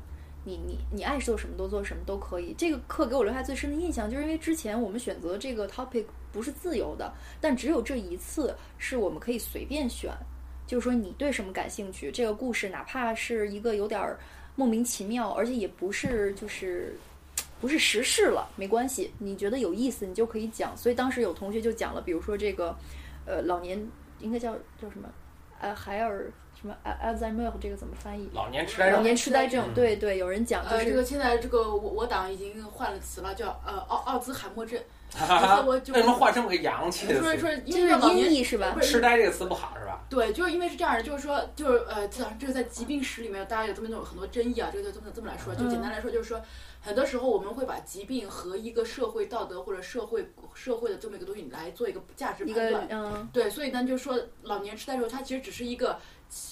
[SPEAKER 4] 你你你爱做什么都做什么都可以。这个课给我留下最深的印象，就是因为之前我们选择这个 topic 不是自由的，但只有这一次是我们可以随便选，就是说你对什么感兴趣，这个故事哪怕是一个有点儿莫名其妙，而且也不是就是不是时事了，没关系，你觉得有意思你就可以讲。所以当时有同学就讲了，比如说这个呃老年应该叫叫什么呃海尔什么 Alzheimer 这个怎么翻译？
[SPEAKER 2] 老年痴呆
[SPEAKER 4] 老
[SPEAKER 2] 症，
[SPEAKER 4] 年痴呆症，
[SPEAKER 2] 嗯
[SPEAKER 4] 对对，有人讲就
[SPEAKER 3] 呃，这
[SPEAKER 4] 是
[SPEAKER 3] 个现在这个我我党已经换了词了，叫呃奥奥兹海默症。
[SPEAKER 2] 啊为
[SPEAKER 3] 我就
[SPEAKER 2] 什么换这么个洋气的
[SPEAKER 3] 说
[SPEAKER 2] 词？
[SPEAKER 3] 说，
[SPEAKER 4] 就
[SPEAKER 3] 因为
[SPEAKER 4] 是
[SPEAKER 3] 老
[SPEAKER 4] 音
[SPEAKER 3] 年
[SPEAKER 4] 译是吧？
[SPEAKER 3] 不
[SPEAKER 2] 痴
[SPEAKER 3] 是
[SPEAKER 2] 呆这个词不好是吧？
[SPEAKER 3] 对，就是因为是这样的，就是说，就是呃，这这是在疾病史里面，大家有这么一种很多争议啊，这个就这么这么来说，就
[SPEAKER 4] 嗯
[SPEAKER 3] 简单来说，就是说，很多时候我们会把疾病和一个社会道德或者社会社会的这么一个东西来做一个价值
[SPEAKER 4] 一
[SPEAKER 3] 判
[SPEAKER 4] 个
[SPEAKER 3] 断。
[SPEAKER 4] 嗯，
[SPEAKER 3] 对，所以呢，就是说老年痴呆症，它其实只是一个，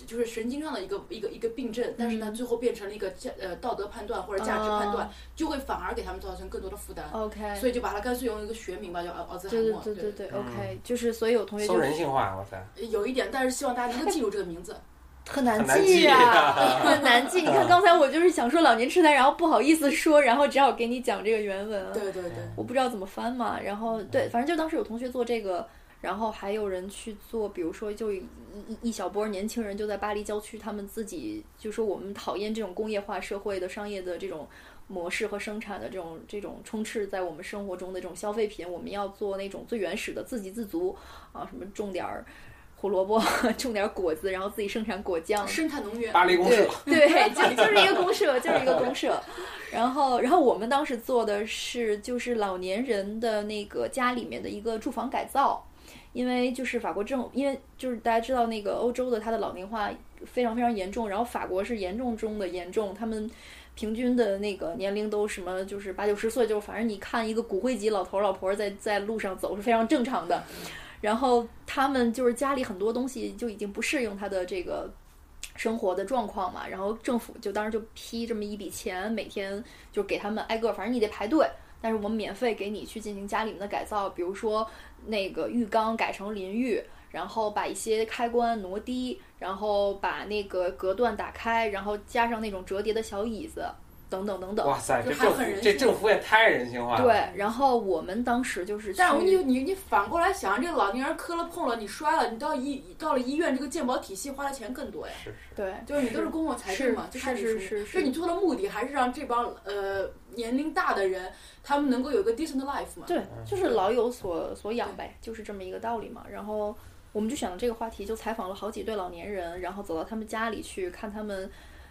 [SPEAKER 3] 就是神经上的一个一个一个病症，但是呢，
[SPEAKER 4] 嗯哦
[SPEAKER 3] 最后变成了一个价呃道德判断或者价值判断，就会反而给他们造成更多的负担，
[SPEAKER 4] OK，
[SPEAKER 3] 所以就把它干脆用一个学名吧，叫奥奥兹海
[SPEAKER 4] 对哦对
[SPEAKER 3] 默。
[SPEAKER 4] 对对
[SPEAKER 3] 对
[SPEAKER 4] 对
[SPEAKER 2] 嗯
[SPEAKER 4] ，OK，就是所以有同学
[SPEAKER 2] 搜
[SPEAKER 4] 就
[SPEAKER 2] 人性化，哇塞，
[SPEAKER 3] 有一点，但是希望大家能够记住这个名 字。
[SPEAKER 4] 很难
[SPEAKER 2] 很难
[SPEAKER 4] 记
[SPEAKER 2] 记
[SPEAKER 4] 啊，
[SPEAKER 2] 啊
[SPEAKER 4] 很难记。你看刚才我就是想说老年痴呆，然后不好意思说，然后只好给你讲这个原文啊。
[SPEAKER 3] 对对对。
[SPEAKER 4] 我不知道怎么翻嘛，然后对，反正就当时有同学做这个，然后还有人去做，比如说就一一一小波年轻人就在巴黎郊区，他们自己就说我们讨厌这种工业化社会的商业的这种模式和生产的这种这种充斥在我们生活中的这种消费品，我们要做那种最原始的自给自足啊，什么种点儿胡萝卜， 种点儿果子，然后自己生产果酱，
[SPEAKER 3] 呃生态农园，
[SPEAKER 2] 巴黎公社，
[SPEAKER 4] 对，就就是一个公社，就是一个公社。然后，然后我们当时做的是，就是老年人的那个家里面的一个住房改造，因为就是法国政，因为就是大家知道那个欧洲的它的老龄化非常非常严重，然后法国是严重中的严重，他们。平均的那个年龄都什么，就是八九十岁，就反正你看一个骨灰级老头儿老婆儿在在路上走是非常正常的，然后他们就是家里很多东西就已经不适应他的这个生活的状况嘛，然后政府就当时就批这么一笔钱，每天就给他们挨个，反正你得排队，但是我们免费给你去进行家里面的改造，比如说那个浴缸改成淋浴。然后把一些开关挪低，然后把那个隔断打开，然后加上那种折叠的小椅子，等等等等。
[SPEAKER 2] 哇塞，这
[SPEAKER 3] 这还
[SPEAKER 2] 政
[SPEAKER 3] 很
[SPEAKER 2] 府
[SPEAKER 3] 人性
[SPEAKER 2] 这政府也太人性化了。
[SPEAKER 4] 对，然后我们当时就是去，
[SPEAKER 3] 但是你你你反过来想，这个老年人磕了碰了，你摔了，你到医到了医院，这个健保体系花的钱更多呀。
[SPEAKER 2] 是是，
[SPEAKER 4] 对，
[SPEAKER 3] 就是你都是公共财政嘛，
[SPEAKER 4] 是
[SPEAKER 3] 就看你
[SPEAKER 4] 是
[SPEAKER 3] 出
[SPEAKER 4] 是是
[SPEAKER 3] 就你做的目的还是让这帮呃年龄大的人，他们能够有一个 decent life 嘛。
[SPEAKER 4] 对，就是老有所所养呗，就是这么一个道理嘛。然后我们就选了这个话题，就采访了好几对老年人，然后走到他们家里去看他们。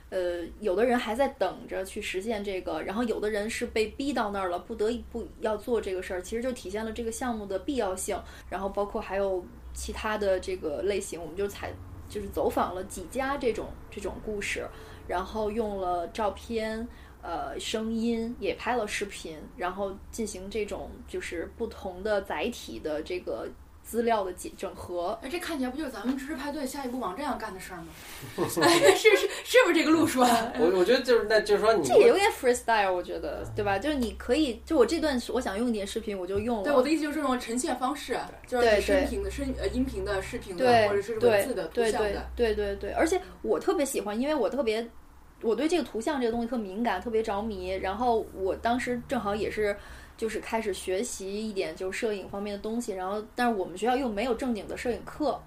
[SPEAKER 4] 呃，有的人还在等着去实现这个，然后有的人是被逼到那儿了，不得不要做这个事儿，其实就体现了这个项目的必要性。然后包括还有其他的这个类型，我们就采就是走访了几家这种这种故事，然后用了照片，呃声音，也拍了视频，然后进行这种就是不同的载体的这个资料的整整合。
[SPEAKER 3] 哎，这看起来不就是咱们知识派对下一步网站要干的事儿吗？哎是是是不是这个路数啊？
[SPEAKER 2] 我我觉得就是那就是说你
[SPEAKER 4] 这也有点 freestyle，我觉得，对吧？就是你可以，就我这段我想用一点视频，我就用了。
[SPEAKER 3] 对，我的意思就是这种呈现方式，啊就是
[SPEAKER 4] 对
[SPEAKER 3] 你
[SPEAKER 4] 对
[SPEAKER 3] 声频的、声呃音频的、视频的，
[SPEAKER 4] 对
[SPEAKER 3] 或者是文
[SPEAKER 4] 对
[SPEAKER 3] 字的、图
[SPEAKER 4] 对
[SPEAKER 3] 像
[SPEAKER 4] 对
[SPEAKER 3] 的。
[SPEAKER 4] 对对对，而且我特别喜欢，因为我特别。我对这个图像这个东西特敏感，特别着迷。然后我当时正好也是，就是开始学习一点就摄影方面的东西。然后，但是我们学校又没有正经的摄影课，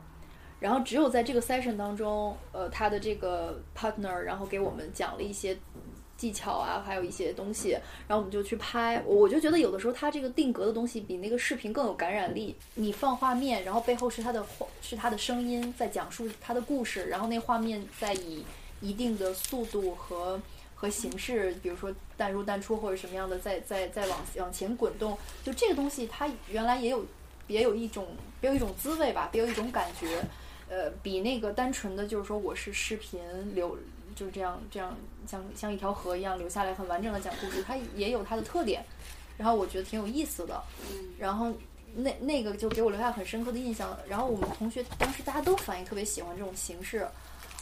[SPEAKER 4] 然后只有在这个 session 当中，呃，他的这个 partner 然后给我们讲了一些技巧啊，还有一些东西。然后我们就去拍，我我就觉得有的时候它这个定格的东西比那个视频更有感染力。你放画面，然后背后是它的画，是它的声音在讲述它的故事，然后那画面再以一定的速度和和形式，比如说淡入淡出或者什么样的，再再再往往前滚动。就这个东西，它原来也有别有一种别有一种滋味吧，别有一种感觉。呃，比那个单纯的就是说我是视频流，就是这样这样像像一条河一样流下来很完整的讲故事，它也有它的特点，然后我觉得挺有意思的。
[SPEAKER 3] 嗯，
[SPEAKER 4] 然后那那个就给我留下很深刻的印象。然后我们同学当时大家都反应特别喜欢这种形式，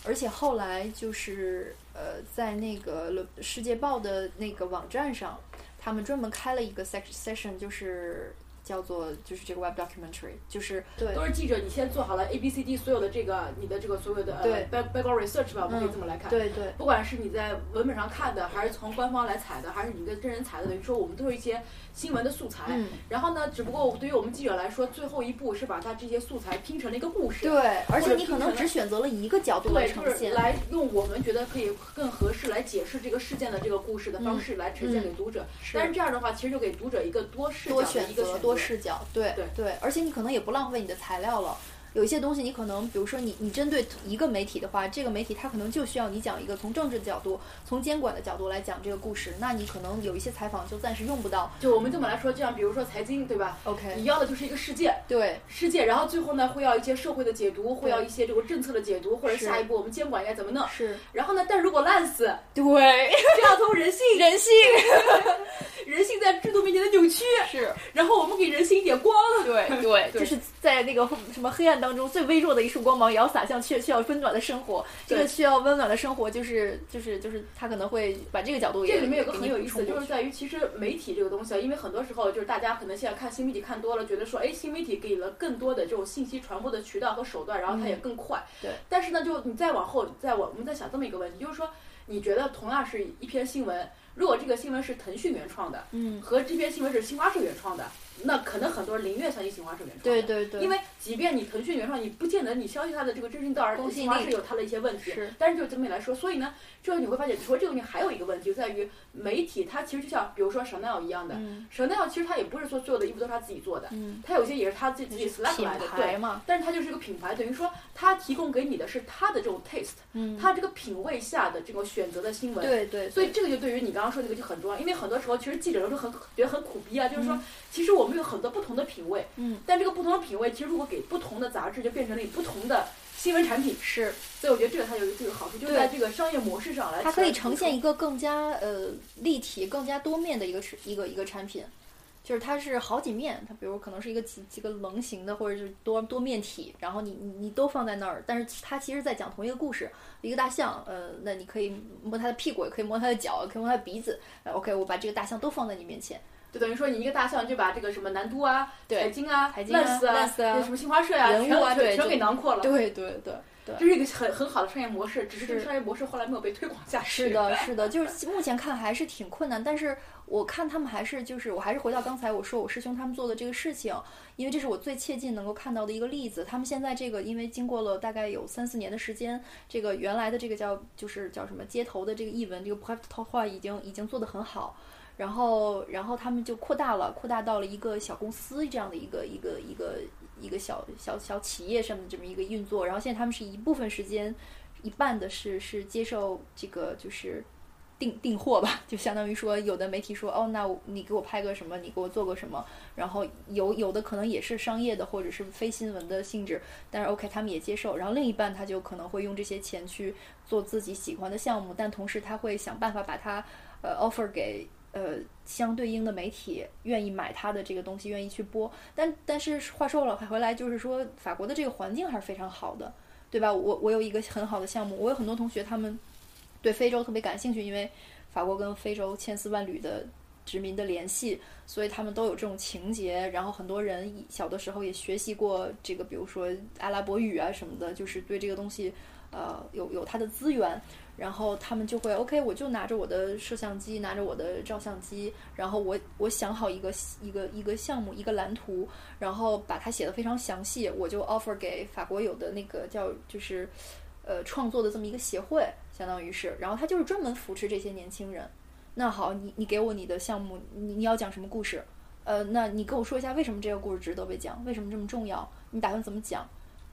[SPEAKER 4] 而且后来就是呃，在那个《世界报》的那个网站上，他们专门开了一个 sec- section，就是叫做就是这个 web documentary，就是对
[SPEAKER 3] 都是记者，你先做好了 A B C D 所有的这个你的这个所有的呃
[SPEAKER 4] 对
[SPEAKER 3] back background research 吧，我们可以这么来看。
[SPEAKER 4] 对对
[SPEAKER 3] 不管是你在文本上看的，还是从官方来采的，还是你跟真人采的，等于说我们都有一些新闻的素材。
[SPEAKER 4] 嗯
[SPEAKER 3] 然后呢，只不过对于我们记者来说，最后一步是把它这些素材拼成了一个故事。
[SPEAKER 4] 对，而且你可
[SPEAKER 3] 或
[SPEAKER 4] 能
[SPEAKER 3] 者
[SPEAKER 4] 只选择了一个角度来
[SPEAKER 3] 对，
[SPEAKER 4] 呈
[SPEAKER 3] 就是
[SPEAKER 4] 现。
[SPEAKER 3] 来用我们觉得可以更合适来解释这个事件的这个故事的方式来呈现给读者。
[SPEAKER 4] 嗯是
[SPEAKER 3] 但是这样的话，其实就给读者一个多视角
[SPEAKER 4] 多
[SPEAKER 3] 的
[SPEAKER 4] 选
[SPEAKER 3] 一个
[SPEAKER 4] 择、
[SPEAKER 3] 选
[SPEAKER 4] 多视角，对
[SPEAKER 3] 对
[SPEAKER 4] 而且你可能也不浪费你的材料了。有一些东西你可能，比如说你你针对一个媒体的话，这个媒体它可能就需要你讲一个从政治的角度、从监管的角度来讲这个故事，那你可能有一些采访就暂时用不到。
[SPEAKER 3] 就我们这么来说，就像比如说财经，对吧？你
[SPEAKER 4] OK，
[SPEAKER 3] 要的就是一个事件，
[SPEAKER 4] 对
[SPEAKER 3] 世界，然后最后呢，会要一些社会的解读，会
[SPEAKER 4] 对
[SPEAKER 3] 要一些这个政策的解读，或者
[SPEAKER 4] 是
[SPEAKER 3] 下一步我们监管应该怎么弄。
[SPEAKER 4] 是，
[SPEAKER 3] 然后呢，但如果烂死，
[SPEAKER 4] 对
[SPEAKER 3] 这要从人性，
[SPEAKER 4] 人性
[SPEAKER 3] 人性在制度面前的扭曲，
[SPEAKER 4] 是，
[SPEAKER 3] 然后我们给人性一点光。
[SPEAKER 4] 对对，
[SPEAKER 3] 对
[SPEAKER 4] 就是在那个什么黑暗当中最微弱的一束光芒，也要洒向却需要温暖的生活。这
[SPEAKER 3] 对
[SPEAKER 4] 个需要温暖的生活，就是就是就是他可能会把这个角度也
[SPEAKER 3] 这里面有个
[SPEAKER 4] 给
[SPEAKER 3] 很
[SPEAKER 4] 你
[SPEAKER 3] 有
[SPEAKER 4] 补
[SPEAKER 3] 意思
[SPEAKER 4] 充
[SPEAKER 3] 的，
[SPEAKER 4] 过
[SPEAKER 3] 就是
[SPEAKER 4] 去
[SPEAKER 3] 在于其实媒体这个东西啊，因为很多时候就是大家可能现在看新媒体看多了，觉得说，哎，新媒体给了更多的这种信息传播的渠道和手段，然后它也更快。
[SPEAKER 4] 嗯对。
[SPEAKER 3] 但是呢，就你再往后，再往我们在想这么一个问题，就是说，你觉得同样是一篇新闻，如果这个新闻是腾讯原创的，
[SPEAKER 4] 嗯。
[SPEAKER 3] 和这篇新闻是新华社原创的，那可能很多人宁愿相信新华社原创的。
[SPEAKER 4] 对对对，
[SPEAKER 3] 因为即便你腾讯原创，你不见得你相信它的这个真实性，当然
[SPEAKER 4] 公信
[SPEAKER 3] 新华
[SPEAKER 4] 力
[SPEAKER 3] 是有它的一些问题。
[SPEAKER 4] 是
[SPEAKER 3] 但是就这么一来说，所以呢，这你会发现，除了这个问题，还有一个问题就在于媒体，它其实就像比如说 Chanel 一样的、
[SPEAKER 4] 嗯
[SPEAKER 3] c h a n e l 其实它也不是说所有的衣服都是他自己做的，
[SPEAKER 4] 嗯，
[SPEAKER 3] 它有些也是他自己自己 select
[SPEAKER 4] 品
[SPEAKER 3] 来的，
[SPEAKER 4] 牌
[SPEAKER 3] 对。
[SPEAKER 4] 嘛，
[SPEAKER 3] 但是它就是一个品牌，等于说它提供给你的是它的这种 taste，
[SPEAKER 4] 嗯，
[SPEAKER 3] 它这个品味下的这个选择的新闻。
[SPEAKER 4] 对对，
[SPEAKER 3] 所以这个就对于你刚刚说那个就很重要，因为很多时候其实记者有时候很觉得很苦逼啊，就是说、其实我们有很多不同的品味，
[SPEAKER 4] 嗯，
[SPEAKER 3] 但这个不同的品味其实如果给不同的杂志，就变成了你不同的新闻产品，
[SPEAKER 4] 是
[SPEAKER 3] 所以我觉得这个它有一个这个好处，就是
[SPEAKER 4] 对
[SPEAKER 3] 在这个商业模式上来，
[SPEAKER 4] 它可以呈现一个更加呃立体、更加多面的一个是一个一个产品。就是它是好几面，它比如可能是一个几几个棱形的，或者就是多多面体，然后你你你都放在那儿，但是它其实在讲同一个故事，一个大象，呃，那你可以摸它的屁股，也可以摸它的脚，也可以摸它的鼻子，呃，OK，我把这个大象都放在你面前，
[SPEAKER 3] 就等于说你一个大象就把这个什么南都啊、财
[SPEAKER 4] 对
[SPEAKER 3] 经啊、
[SPEAKER 4] 财经啊
[SPEAKER 3] Lens 啊、
[SPEAKER 4] Lens 啊
[SPEAKER 3] 那什么新华社呀、
[SPEAKER 4] 人物啊
[SPEAKER 3] 全
[SPEAKER 4] 对
[SPEAKER 3] 全
[SPEAKER 4] 就
[SPEAKER 3] 给囊括了。
[SPEAKER 4] 对对对，
[SPEAKER 3] 这是一个很很好的商业模式，只是这个
[SPEAKER 4] 是
[SPEAKER 3] 商业模式后来没有被推广下去。
[SPEAKER 4] 是，的，是的，就是目前看还是挺困难，但是我看他们还是就是，我还是回到刚才我说我师兄他们做的这个事情，因为这是我最切近能够看到的一个例子。他们现在这个，因为经过了大概有三四年的时间，这个原来的这个叫就是叫什么街头的这个译文，这个 p r i v a t 化已经已经做得很好。然后，然后他们就扩大了，扩大到了一个小公司这样的一个一个一个一个小小小企业上面这么一个运作。然后现在他们是一部分时间，一半的是是接受这个就是订订货吧，就相当于说有的媒体说哦，那我你给我拍个什么，你给我做个什么，然后有有的可能也是商业的或者是非新闻的性质，但是 OK 他们也接受。然后另一半他就可能会用这些钱去做自己喜欢的项目，但同时他会想办法把它呃 offer 给。呃，相对应的媒体愿意买他的这个东西，愿意去播，但但是话说了回来，就是说法国的这个环境还是非常好的，对吧？我我有一个很好的项目，我有很多同学他们对非洲特别感兴趣，因为法国跟非洲千丝万缕的殖民的联系，所以他们都有这种情节。然后很多人以小的时候也学习过这个，比如说阿拉伯语啊什么的，就是对这个东西，呃，有有它的资源。然后他们就会 OK，我就拿着我的摄像机，拿着我的照相机，然后我我想好一个一个一个项目，一个蓝图，然后把它写的非常详细，我就 offer 给法国有的那个叫就是，呃，创作的这么一个协会，相当于是，然后他就是专门扶持这些年轻人。那好，你你给我你的项目，你你要讲什么故事？呃，那你跟我说一下为什么这个故事值得被讲，为什么这么重要？你打算怎么讲？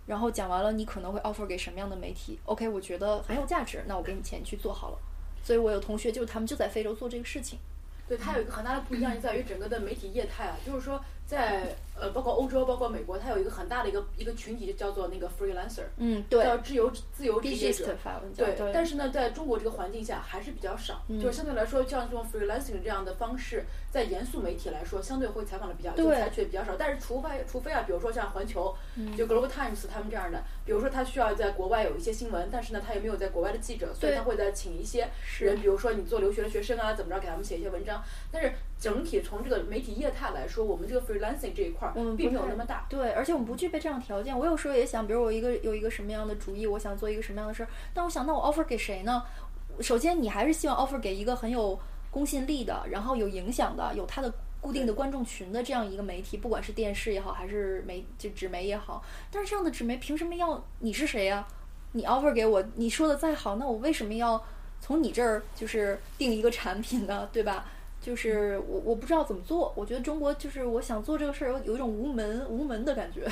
[SPEAKER 4] 然后讲完了，你可能会 offer 给什么样的媒体？OK，我觉得很有价值，那我给你钱你去做好了。所以我有同学就是他们就在非洲做这个事情。
[SPEAKER 3] 对它有一个很大的不一样，就在于整个的媒体业态啊，就是说在呃，包括欧洲，包括美国，它有一个很大的一个一个群体，就叫做那个 freelancer，
[SPEAKER 4] 嗯，对
[SPEAKER 3] 叫自由自由职
[SPEAKER 4] 必
[SPEAKER 3] 业
[SPEAKER 4] 须
[SPEAKER 3] 者
[SPEAKER 4] 的。法文叫
[SPEAKER 3] 对，
[SPEAKER 6] 对
[SPEAKER 3] 但是呢，在中国这个环境下还是比较少，
[SPEAKER 4] 嗯
[SPEAKER 3] 就是相对来说，像这种 freelancing 这样的方式，在严肃媒体来说，相对会采访的比较，
[SPEAKER 4] 对
[SPEAKER 3] 就采取的比较少。但是除非除非啊，比如说像环球，
[SPEAKER 4] 嗯
[SPEAKER 3] 就 Global Times 他们这样的，比如说他需要在国外有一些新闻，但是呢，他也没有在国外的记者，所以
[SPEAKER 4] 对
[SPEAKER 3] 他会在请一些
[SPEAKER 4] 是
[SPEAKER 3] 人，比如说你做留学的学生啊，怎么着，给他们写一些文章。但是整体从这个媒体业态来说，我们这个 freelancing 这一块儿
[SPEAKER 4] 我们嗯不
[SPEAKER 3] 并没有
[SPEAKER 4] 太
[SPEAKER 3] 那么大。
[SPEAKER 4] 对，而且我们不具备这样的条件。我有时候也想，比如我一个有一个什么样的主意，我想做一个什么样的事儿，但我想，那我 offer 给谁呢？首先，你还是希望 offer 给一个很有公信力的，然后有影响的，有它的固定的观众群的这样一个媒体，不管是电视也好，还是媒就纸媒也好。但是这样的纸媒凭什么要你是谁呀、啊你 offer 给我，你说的再好，那我为什么要从你这儿就是定一个产品呢？对吧？就是我我不知道怎么做，我觉得中国就是我想做这个事儿有有一种无门无门的感觉，